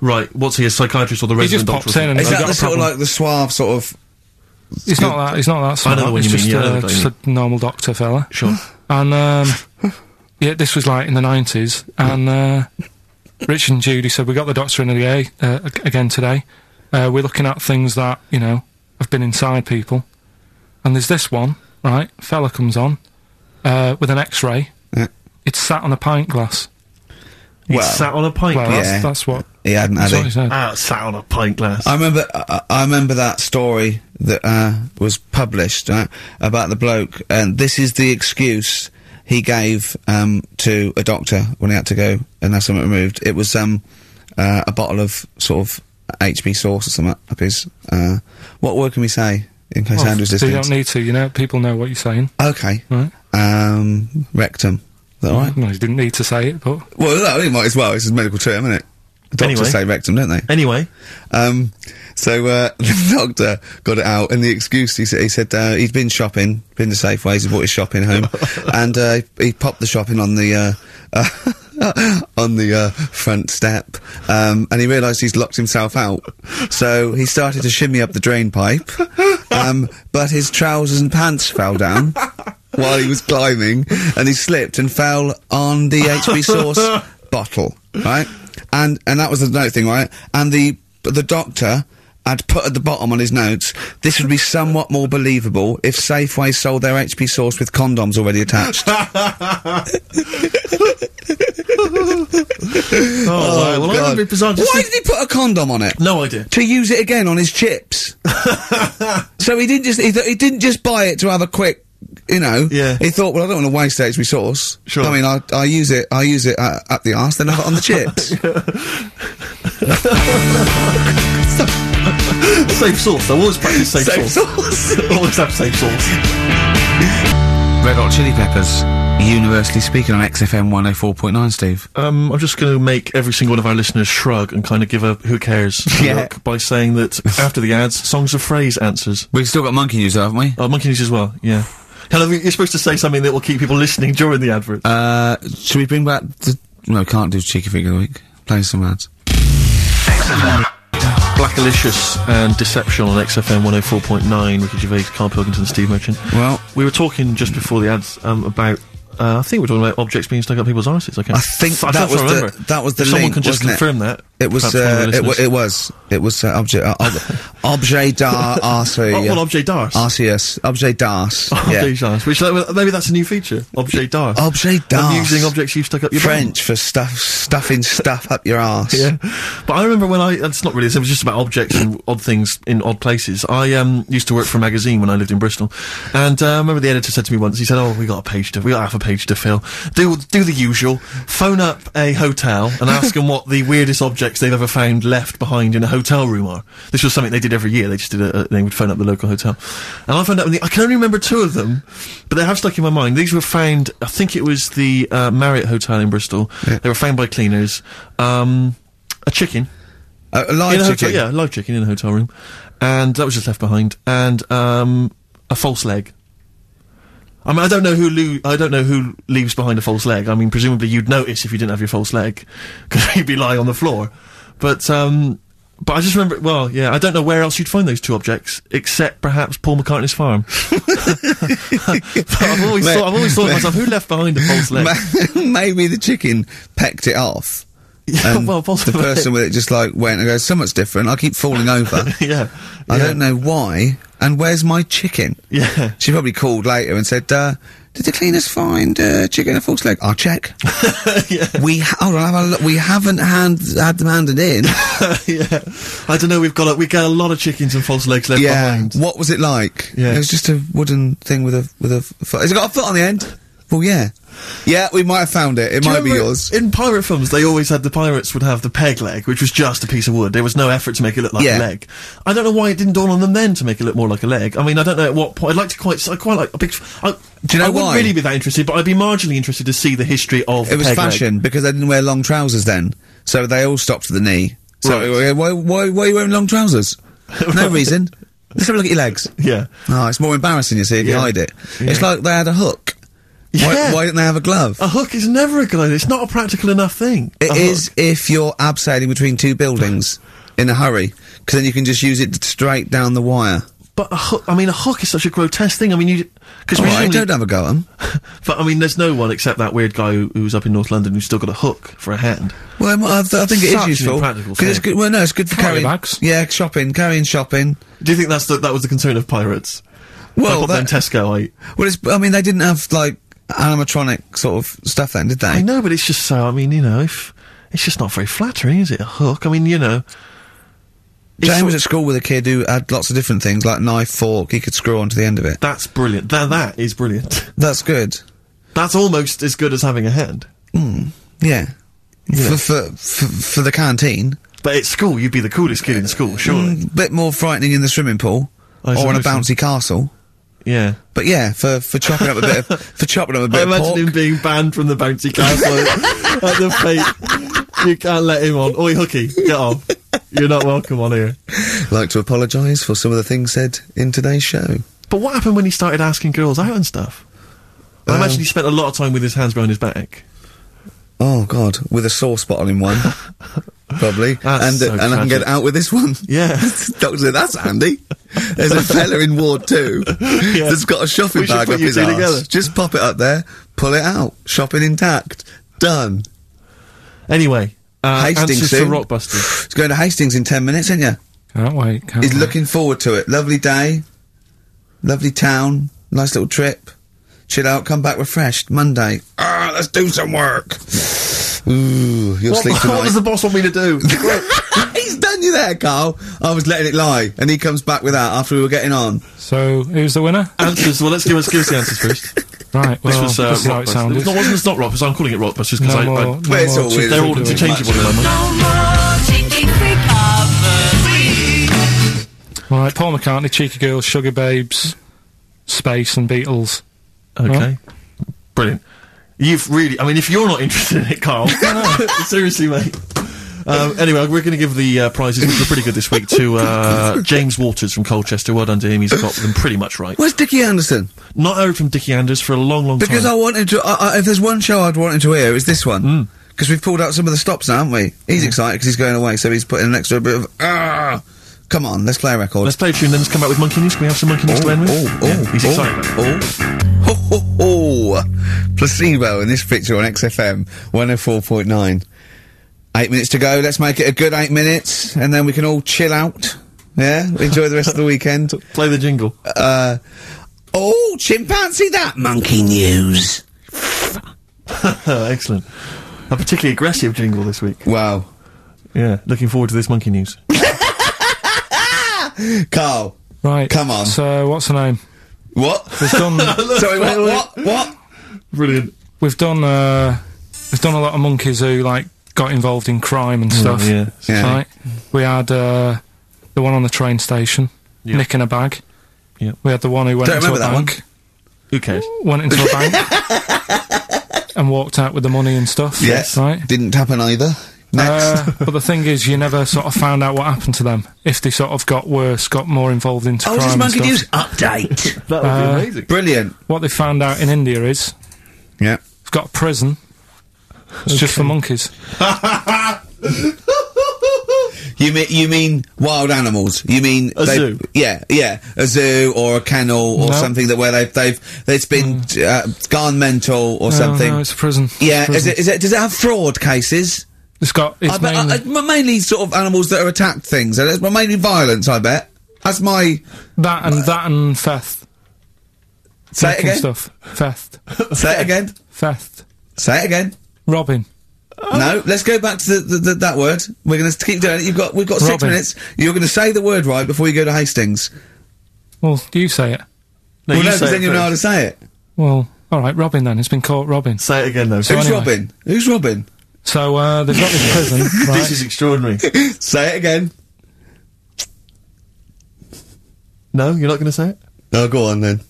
Speaker 2: right. What's he? A psychiatrist or the
Speaker 3: He
Speaker 2: resident
Speaker 3: just
Speaker 2: doctor?
Speaker 3: pops
Speaker 2: or
Speaker 3: in and
Speaker 1: Is
Speaker 3: I've
Speaker 1: that
Speaker 3: got
Speaker 1: the
Speaker 3: a
Speaker 1: sort of
Speaker 3: problem.
Speaker 1: like the suave sort of
Speaker 3: He's not that. He's not that.
Speaker 2: I know
Speaker 3: smart,
Speaker 2: what
Speaker 3: he's
Speaker 2: you mean,
Speaker 3: just,
Speaker 2: yeah, I know
Speaker 3: uh,
Speaker 2: the guy you
Speaker 3: just a normal doctor fella.
Speaker 2: something? Sure.
Speaker 3: And um, yeah, this was like in the nineties, and uh, Richard and Judy said we got the doctor in again, uh, ag- again today. Uh, we're looking at things that you know have been inside people, and there's this one right fella comes on uh, with an X-ray.
Speaker 1: Yeah.
Speaker 3: It's sat on a pint glass.
Speaker 2: He
Speaker 1: Well,
Speaker 2: sat on a pint
Speaker 3: Well,
Speaker 2: glass.
Speaker 1: Yeah.
Speaker 3: that's, that's what
Speaker 1: He hadn't had
Speaker 3: that's what
Speaker 1: it.
Speaker 3: he said.
Speaker 2: Ah, sat on a pint glass.
Speaker 1: I remember, I, I remember that story that uh, was published right, about the bloke, and this is the excuse he gave um, to a doctor when he had to go and have something removed. It was um, uh, a bottle of sort of HB sauce or something up his. Uh, what word can we say in case
Speaker 3: Well,
Speaker 1: Andrew's
Speaker 3: so you
Speaker 1: listening?
Speaker 3: don't need to, you know. People know what you're saying.
Speaker 1: okay,
Speaker 3: Right.
Speaker 1: um, rectum. Is that all right?
Speaker 3: No, you didn't need to say it, but
Speaker 1: Well, no, he might as well. It's a medical term, isn't it? Doctors
Speaker 2: Anyway.
Speaker 1: say rectum, don't they?
Speaker 2: Anyway,
Speaker 1: Um, so uh, the doctor got it out, and the excuse he said, he said uh, he'd been shopping, been to Safeways, he bought his shopping home, and uh, he popped the shopping on the uh, uh, on on the uh, front step, um, and he realised he's locked himself out. So he started to shimmy up the drain pipe, um, but his trousers and pants fell down while he was climbing, and he slipped and fell on the HB sauce bottle, right? And and that was the note thing, right? And the the doctor had put at the bottom on his notes, this would be somewhat more believable if Safeway sold their HP sauce with condoms already attached.
Speaker 2: Oh, wow. well, I
Speaker 1: God.
Speaker 2: would be bizarre. Just
Speaker 1: Why
Speaker 2: think-
Speaker 1: did he put a condom on it?
Speaker 2: no idea.
Speaker 1: To use it again on his chips. so he didn't just he, th- he didn't just buy it to have a quick, you know.
Speaker 2: Yeah.
Speaker 1: He thought, well, I don't want to waste HB sauce.
Speaker 2: Sure.
Speaker 1: I mean, I I use it I use it uh, up the arse, then have it on the chips.
Speaker 2: Safe source. I always practice safe,
Speaker 1: Safe
Speaker 2: source.
Speaker 1: sauce.
Speaker 2: always have safe source.
Speaker 5: Red Hot Chili Peppers, universally speaking on XFM 104.9, Steve.
Speaker 2: Um, I'm just going to make every single one of our listeners shrug and kind of give a who cares
Speaker 5: Yeah.
Speaker 2: look by saying that after the ads, songs of phrase answers.
Speaker 5: We've still got monkey news, haven't we?
Speaker 2: Oh, monkey news as well. Yeah. Hello, you're supposed to say something that will keep people listening during the advert.
Speaker 5: Uh, should we bring back the... No, can't do Cheeky Figure of the Week. Play some ads.
Speaker 2: Blackalicious and Deception on XFM 104.9. Ricky Gervais, Carl Pilkington, Steve Merchant.
Speaker 5: Well-
Speaker 2: we were talking just before the ads um, about. Uh, I think we were talking about objects being stuck up people's arses. Okay.
Speaker 1: I think that
Speaker 2: I thought I
Speaker 1: was the
Speaker 2: remember.
Speaker 1: that was the
Speaker 2: If someone
Speaker 1: link,
Speaker 2: can just
Speaker 1: wasn't it?
Speaker 2: confirm that.
Speaker 1: It was
Speaker 2: perhaps one of
Speaker 1: uh,
Speaker 2: the
Speaker 1: it, w-
Speaker 2: listeners.
Speaker 1: it was it was uh, objet uh, ob- uh, objet d'art
Speaker 2: Oh,
Speaker 1: RC.
Speaker 2: well, objet d'art.
Speaker 1: RCS objet d'art.
Speaker 2: Objet d'art, which like, well, maybe that's a new feature. Objet d'art.
Speaker 1: Objet
Speaker 2: And
Speaker 1: d'art.
Speaker 2: using objects you've stuck up your
Speaker 1: French for stuff stuffing stuff up your ass.
Speaker 2: Yeah, but I remember when I. It's not really. It was just about objects and odd things in odd places. I um, used to work for a magazine when I lived in Bristol, and uh, I remember the editor said to me once. He said, "Oh, we got a page to. We got half a page to fill. Do do the usual. Phone up a hotel and ask them what the weirdest objects they've ever found left behind in a hotel room are. This was something they did every year. They just did. A, a- they would phone up the local hotel, and I found out. I can only remember two of them, but they have stuck in my mind. These were found. I think it was the uh, Marriott Hotel in Bristol. They were found by cleaners. Um, a chicken.
Speaker 6: Uh,
Speaker 1: A, a
Speaker 2: in
Speaker 1: live
Speaker 2: a
Speaker 1: chicken.
Speaker 2: Hotel, yeah, a live chicken in a hotel room. And that was just left behind. And um, a false leg. I mean, I don't know who loo- I don't know who leaves behind a false leg. I mean, presumably you'd notice if you didn't have your false leg, because you'd be lying on the floor. But um, but I just remember. Well, yeah, I don't know where else you'd find those two objects, except perhaps Paul McCartney's farm. But I've always
Speaker 1: Mate.
Speaker 2: thought, I've always thought to myself, who left behind a false leg?
Speaker 1: Ma- Maybe the chicken pecked it off.
Speaker 2: Yeah,
Speaker 1: and
Speaker 2: well,
Speaker 1: the
Speaker 2: possibly.
Speaker 1: person with it just like went and goes, so much different. I keep falling over.
Speaker 2: yeah,
Speaker 1: I
Speaker 2: yeah.
Speaker 1: don't know why. And where's my chicken?
Speaker 2: Yeah.
Speaker 1: She probably called later and said, uh, did the cleaners find uh, chicken and a false leg? I'll check. We ha- hold on, have a look. we haven't hand- had them handed in.
Speaker 2: yeah. I don't know. We've got a, we got a lot of chickens and false legs left behind.
Speaker 1: What was it like?
Speaker 2: Yeah.
Speaker 1: It was just a wooden thing with a with a foot. Has it got a foot on the end? Well, yeah. Yeah, we might have found it. It
Speaker 2: Do you
Speaker 1: might be
Speaker 2: remember
Speaker 1: yours.
Speaker 2: In pirate films, they always had the pirates would have the peg leg, which was just a piece of wood. There was no effort to make it look like
Speaker 1: Yeah.
Speaker 2: a leg. I don't know why it didn't dawn on them then to make it look more like a leg. I mean, I don't know at what point. I'd like to quite. I quite like a big. I,
Speaker 1: Do you know
Speaker 2: I wouldn't
Speaker 1: why?
Speaker 2: really be that interested, but I'd be marginally interested to see the history of.
Speaker 1: It
Speaker 2: the
Speaker 1: was
Speaker 2: peg leg.
Speaker 1: fashion because they didn't wear long trousers then, so they all stopped at the knee. So
Speaker 2: Right.
Speaker 1: uh, why, why why are you wearing long trousers? No reason. Let's have a look at your legs.
Speaker 2: Yeah.
Speaker 1: Oh, it's more embarrassing, you see, if you
Speaker 2: Yeah.
Speaker 1: hide it.
Speaker 2: Yeah.
Speaker 1: It's like they had a hook. Why,
Speaker 2: Yeah.
Speaker 1: why didn't they have a glove?
Speaker 2: A hook is never a good idea. It's not a practical enough thing.
Speaker 1: It
Speaker 2: A
Speaker 1: is
Speaker 2: hook.
Speaker 1: if you're abseiling between two buildings in a hurry, because then you can just use it straight down the wire.
Speaker 2: but a hook. I mean, a hook is such a grotesque thing. I mean, you because
Speaker 1: All right, don't have a go at 'em.
Speaker 2: But I mean, there's no one except that weird guy who, who's up in North London who's still got a hook for a hand.
Speaker 1: Well, I'm- I, th- I think it
Speaker 2: Such
Speaker 1: is
Speaker 2: an
Speaker 1: useful
Speaker 2: impractical
Speaker 1: because it's
Speaker 2: thing.
Speaker 1: good. Well, no, it's good for
Speaker 3: Carry
Speaker 1: carrying
Speaker 3: bags.
Speaker 1: Yeah, shopping, carrying shopping.
Speaker 2: Do you think that's the, that was the concern of pirates? I
Speaker 1: Well,
Speaker 2: bought them
Speaker 1: that,
Speaker 2: Tesco. I
Speaker 1: well, it's, I mean, they didn't have like animatronic sort of stuff then, did they?
Speaker 2: I know, but it's just so. I mean, you know, if it's just not very flattering, is it? A hook. I mean, you know, it's
Speaker 1: Jane
Speaker 2: sort-
Speaker 1: was at school with a kid who had lots of different things, like knife, fork. He could screw onto the end of it.
Speaker 2: that's brilliant. That that is brilliant.
Speaker 1: That's good.
Speaker 2: That's almost as good as having a hand.
Speaker 1: Yeah. For, for for for the canteen,
Speaker 2: But at school, you'd be the coolest kid in school, surely.
Speaker 1: bit more frightening in the swimming pool
Speaker 2: I
Speaker 1: or on a bouncy
Speaker 2: suppose so.
Speaker 1: castle.
Speaker 2: Yeah.
Speaker 1: But yeah, for for chopping up a bit of, for chopping up a
Speaker 2: I
Speaker 1: bit of
Speaker 2: imagine
Speaker 1: pork.
Speaker 2: him being banned from the bouncy castle at the fate. You can't let him on. Oi, hooky, get off. You're not welcome on here.
Speaker 1: like to apologise for some of the things said in today's show.
Speaker 2: But what happened when he started
Speaker 6: Um,
Speaker 2: asking girls out and stuff? I imagine he spent a lot of time with his hands behind his back.
Speaker 6: Oh God, with a sore spot on in one, probably,
Speaker 2: That's
Speaker 6: and
Speaker 2: so
Speaker 6: and I can get
Speaker 2: tragic.
Speaker 6: out with this one.
Speaker 2: Yeah.
Speaker 6: doctor, said, that's handy. There's a fella in Ward Two that's got a shopping
Speaker 2: We should
Speaker 6: bag
Speaker 2: put
Speaker 6: up
Speaker 2: you
Speaker 6: his
Speaker 2: two
Speaker 6: arse.
Speaker 2: together.
Speaker 6: Just pop it up there, pull it out. Shopping intact, done.
Speaker 2: Anyway, uh,
Speaker 6: Hastings
Speaker 2: answers to
Speaker 6: soon.
Speaker 2: Rockbusters.
Speaker 6: It's going to Hastings in ten minutes, isn't ya?
Speaker 3: Can't wait. Can't
Speaker 6: He's
Speaker 3: wait.
Speaker 6: looking forward to it. Lovely day, lovely town, nice little trip. Chill out, come back refreshed. Monday. Ah, let's do some work. Ooh, you'll
Speaker 2: What,
Speaker 6: sleep tonight.
Speaker 2: what does the boss want me to do?
Speaker 6: He's done you there, Carl. I was letting it lie, and he comes back with that after we were getting on.
Speaker 3: So, who's the winner?
Speaker 2: answers. Well, let's give us give us the answers first.
Speaker 3: Right. Well,
Speaker 2: This was uh,
Speaker 3: this is how it
Speaker 2: Rockbusters.
Speaker 3: sounded.
Speaker 2: It's not, wasn't- it's not Rockbusters. I'm calling it Rockbusters because
Speaker 3: No
Speaker 2: I,
Speaker 3: more.
Speaker 2: I
Speaker 3: no
Speaker 6: it's
Speaker 3: more
Speaker 6: all-
Speaker 3: chicken
Speaker 6: it's
Speaker 2: they're
Speaker 6: all
Speaker 2: all
Speaker 3: fried
Speaker 6: interchangeable.
Speaker 2: interchangeable in my mind.
Speaker 4: No more chicken quick ovens.
Speaker 3: rice. Right, Paul McCartney, Cheeky Girls, Sugar Babes, Space and Beatles.
Speaker 2: Okay. Brilliant. You've really, I mean, if you're not interested in it, Carl, seriously, mate. Um, anyway, we're going to give the uh, prizes, which were pretty good this week, to uh, James Waters from Colchester. Well done to him. He's got them pretty much right.
Speaker 6: Where's Dickie Anderson?
Speaker 2: Not heard from Dickie Anders for a long, long
Speaker 6: Because I
Speaker 2: time.
Speaker 6: wanted to. I, I, if there's one show I'd wanted to hear, it's this
Speaker 2: Hmm.
Speaker 6: one. Because we've pulled out some of the stops, now, haven't we? He's excited 'cause excited because he's going away, so he's putting an extra bit of. Ah, come on, let's play a record.
Speaker 2: Let's play a tune, then let's come back with Monkey News. Can we have some Monkey News to end with?
Speaker 6: oh, oh,
Speaker 2: Yeah, he's
Speaker 6: oh,
Speaker 2: excited. about it.
Speaker 6: Oh, ho, ho, ho. Placebo in this picture on XFM 104.9. Eight minutes to go. Let's make it a good eight minutes, and then we can all chill out. Yeah, enjoy the rest of the weekend.
Speaker 2: Play the jingle.
Speaker 6: Uh, oh, chimpanzee, that monkey news.
Speaker 2: Excellent. A particularly aggressive jingle this week.
Speaker 6: Wow,
Speaker 2: Yeah, looking forward to this Monkey News.
Speaker 6: Carl,
Speaker 3: Right.
Speaker 6: Come on.
Speaker 3: So, what's the name?
Speaker 6: what?
Speaker 3: We've done.
Speaker 6: Sorry, what? What? What?
Speaker 2: Brilliant.
Speaker 3: we've done. Uh, we've done a lot of monkeys who like got involved in crime and stuff.
Speaker 2: Mm, yeah.
Speaker 6: Yeah.
Speaker 3: Right. We had uh, the one on the train station,
Speaker 2: Yeah.
Speaker 3: nick in a bag.
Speaker 2: Yeah.
Speaker 3: We had the one who went
Speaker 6: Don't
Speaker 3: into a
Speaker 6: remember that one.
Speaker 3: bank,
Speaker 2: Who cares?
Speaker 3: went into a bank, and walked out with the money and stuff.
Speaker 6: Yes,
Speaker 3: Right.
Speaker 6: didn't happen either. Next,
Speaker 3: Uh, but the thing is, you never sort of found out what happened to them. If they sort of got worse, got more involved into
Speaker 1: Oh,
Speaker 3: crime.
Speaker 1: is this
Speaker 3: and
Speaker 1: Monkey
Speaker 3: stuff.
Speaker 1: News update?
Speaker 2: That would
Speaker 3: Uh,
Speaker 2: be amazing.
Speaker 6: brilliant.
Speaker 3: What they found out in India is
Speaker 6: Yeah.
Speaker 3: they've got a prison. It's just for monkeys.
Speaker 6: You mean you mean wild animals? You mean
Speaker 2: A
Speaker 6: they-
Speaker 2: zoo.
Speaker 6: Yeah, yeah, a zoo or a kennel or
Speaker 3: No. Mm.
Speaker 6: something that where they've they've it's been uh, gone mental or
Speaker 3: Oh, No,
Speaker 6: something.
Speaker 3: No, it's a prison. It's
Speaker 6: yeah,
Speaker 3: a prison.
Speaker 6: is it, is it does it have fraud cases?
Speaker 3: has got. It's
Speaker 6: I bet
Speaker 3: mainly-
Speaker 6: I, I- mainly sort of animals that are attacked things. And it's mainly violence. I bet that's my
Speaker 3: that and that and theft.
Speaker 6: say it
Speaker 3: Taking
Speaker 6: again.
Speaker 3: Stuff. Theft.
Speaker 6: Say it again.
Speaker 3: Theft.
Speaker 6: Say it again.
Speaker 3: Robbing. Oh.
Speaker 6: No, let's go back to the, the, the, that word. We're going to keep doing it. You've got we've got six
Speaker 3: Robin.
Speaker 6: minutes. You're going to say the word right before you go to Hastings.
Speaker 3: Well, you say it.
Speaker 2: No,
Speaker 6: well, no,
Speaker 2: say
Speaker 6: because
Speaker 2: it
Speaker 6: then you'll know how to
Speaker 2: first.
Speaker 6: say it.
Speaker 3: Well, all right, Robin. Then it's been caught robbing.
Speaker 2: Say it again, though.
Speaker 3: So
Speaker 6: Who's
Speaker 3: anyway.
Speaker 6: Robin? Who's Robin?
Speaker 3: So uh, they've got this prison. Right?
Speaker 2: This is extraordinary.
Speaker 6: Say it again.
Speaker 2: No, you're not going to say it.
Speaker 6: No, go on then.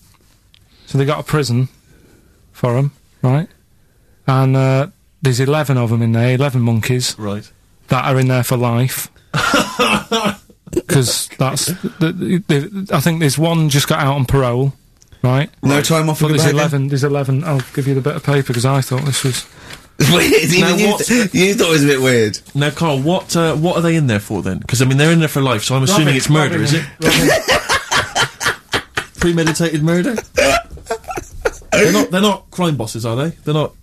Speaker 3: So they got a prison for them, right? And uh, there's 11 of them in there, 11 monkeys
Speaker 2: Right.
Speaker 3: that are in there for life. Because that's. The, the, I think there's one just got out on parole, right?
Speaker 6: No time off for
Speaker 3: But
Speaker 6: the
Speaker 3: there's 11. There's 11. I'll give you the bit of paper because I thought this was.
Speaker 6: weird. Even you,
Speaker 2: what's-
Speaker 6: th- you thought it was a bit weird.
Speaker 2: Now, Carl, what uh, what are they in there for then? Because I mean, they're in there for life, so I'm assuming it's murder, is it? Premeditated murder. they're not. They're not crime bosses, are they? They're not.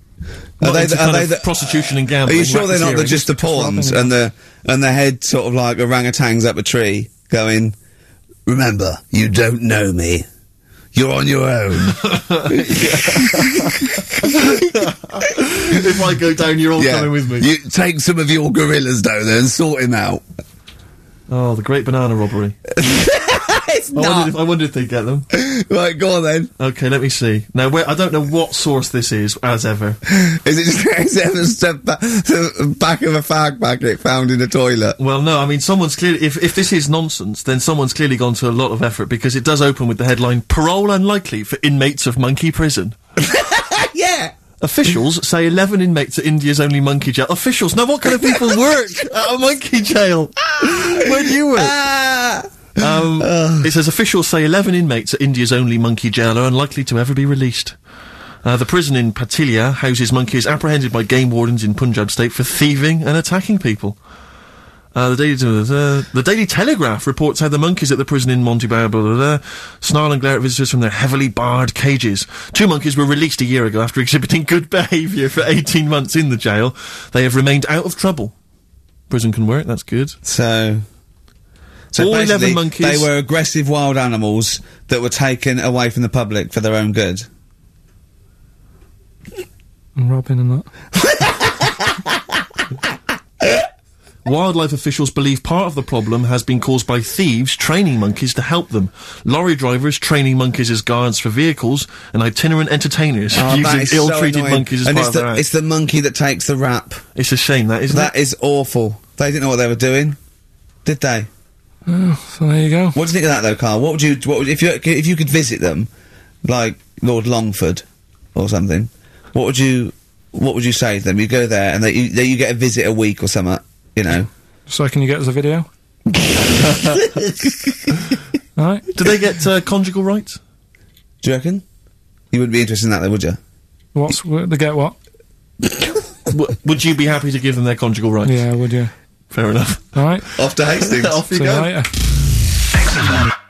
Speaker 2: not
Speaker 6: they
Speaker 2: into
Speaker 6: the- are
Speaker 2: kind
Speaker 6: they
Speaker 2: of
Speaker 6: the-
Speaker 2: prostitution and
Speaker 6: Are
Speaker 2: gambling?
Speaker 6: you sure they're not the,
Speaker 2: racketeering?
Speaker 6: just the pawns and the and the head sort of like orangutans up a tree going? Remember, you don't know me. You're on your own.
Speaker 2: if I go down, you're all coming with me.
Speaker 6: You take some of your gorillas down there and sort him out.
Speaker 2: Oh, the great banana robbery!
Speaker 6: It's
Speaker 2: I, wondered
Speaker 6: not
Speaker 2: if, I wondered if they get them.
Speaker 6: right. Go on then.
Speaker 2: Okay, let me see. Now, where, I don't know what source this is, as ever.
Speaker 6: Is it just is it a step back, the back of a fag packet found in the toilet?
Speaker 2: Well, no, I mean, someone's clearly. If, if this is nonsense, then someone's clearly gone to a lot of effort because it does open with the headline Parole unlikely for inmates of monkey prison.
Speaker 6: yeah.
Speaker 2: Officials say 11 inmates at India's only monkey jail. Officials? Now, what kind of people work at a monkey jail? Where do you work?
Speaker 6: Ah.
Speaker 2: Um, it says officials say 11 inmates at India's only monkey jail are unlikely to ever be released. Uh, the prison in Patilia houses monkeys apprehended by game wardens in Punjab state for thieving and attacking people. Uh, the, Daily, uh, the Daily Telegraph reports how the monkeys at the prison in Montebello blah, blah, blah, snarl and glare at visitors from their heavily barred cages. Two monkeys were released a year ago after exhibiting good behaviour for 18 months in the jail. They have remained out of trouble. Prison can work, that's good.
Speaker 6: So, so
Speaker 2: All 11
Speaker 6: basically,
Speaker 2: monkeys-
Speaker 6: They were aggressive wild animals that were taken away from the public for their own good.
Speaker 3: And Robin and that.
Speaker 2: Wildlife officials believe part of the problem has been caused by thieves training monkeys to help them. Lorry drivers training monkeys as guards for vehicles, and itinerant entertainers
Speaker 6: Oh, that
Speaker 2: using
Speaker 6: is so
Speaker 2: ill-treated
Speaker 6: annoying.
Speaker 2: monkeys as
Speaker 6: and
Speaker 2: part
Speaker 6: it's
Speaker 2: of
Speaker 6: the,
Speaker 2: their act.
Speaker 6: it's
Speaker 2: It's,
Speaker 6: the monkey that takes the rap.
Speaker 2: a shame that, isn't
Speaker 6: That
Speaker 2: it?
Speaker 6: is awful. They didn't know what they were doing, did they?
Speaker 3: So there you go.
Speaker 6: What do you think of that though, Carl? What would you what would, if you if you could visit them, like Lord Longford or something? What would you what would you say to them? You go there and they you, they, you get a visit a week or something, you know.
Speaker 3: So can you get us a video? Alright.
Speaker 2: Do they get uh, conjugal rights?
Speaker 6: Do you reckon? You wouldn't be interested in that, though, would you?
Speaker 3: What's wh- they get what?
Speaker 2: W- would you be happy to give them their conjugal rights?
Speaker 3: Yeah, would you?
Speaker 2: Fair enough.
Speaker 3: Alright.
Speaker 6: Off to Hastings.
Speaker 2: Off you
Speaker 3: See you
Speaker 2: go.
Speaker 3: later.
Speaker 7: XFM.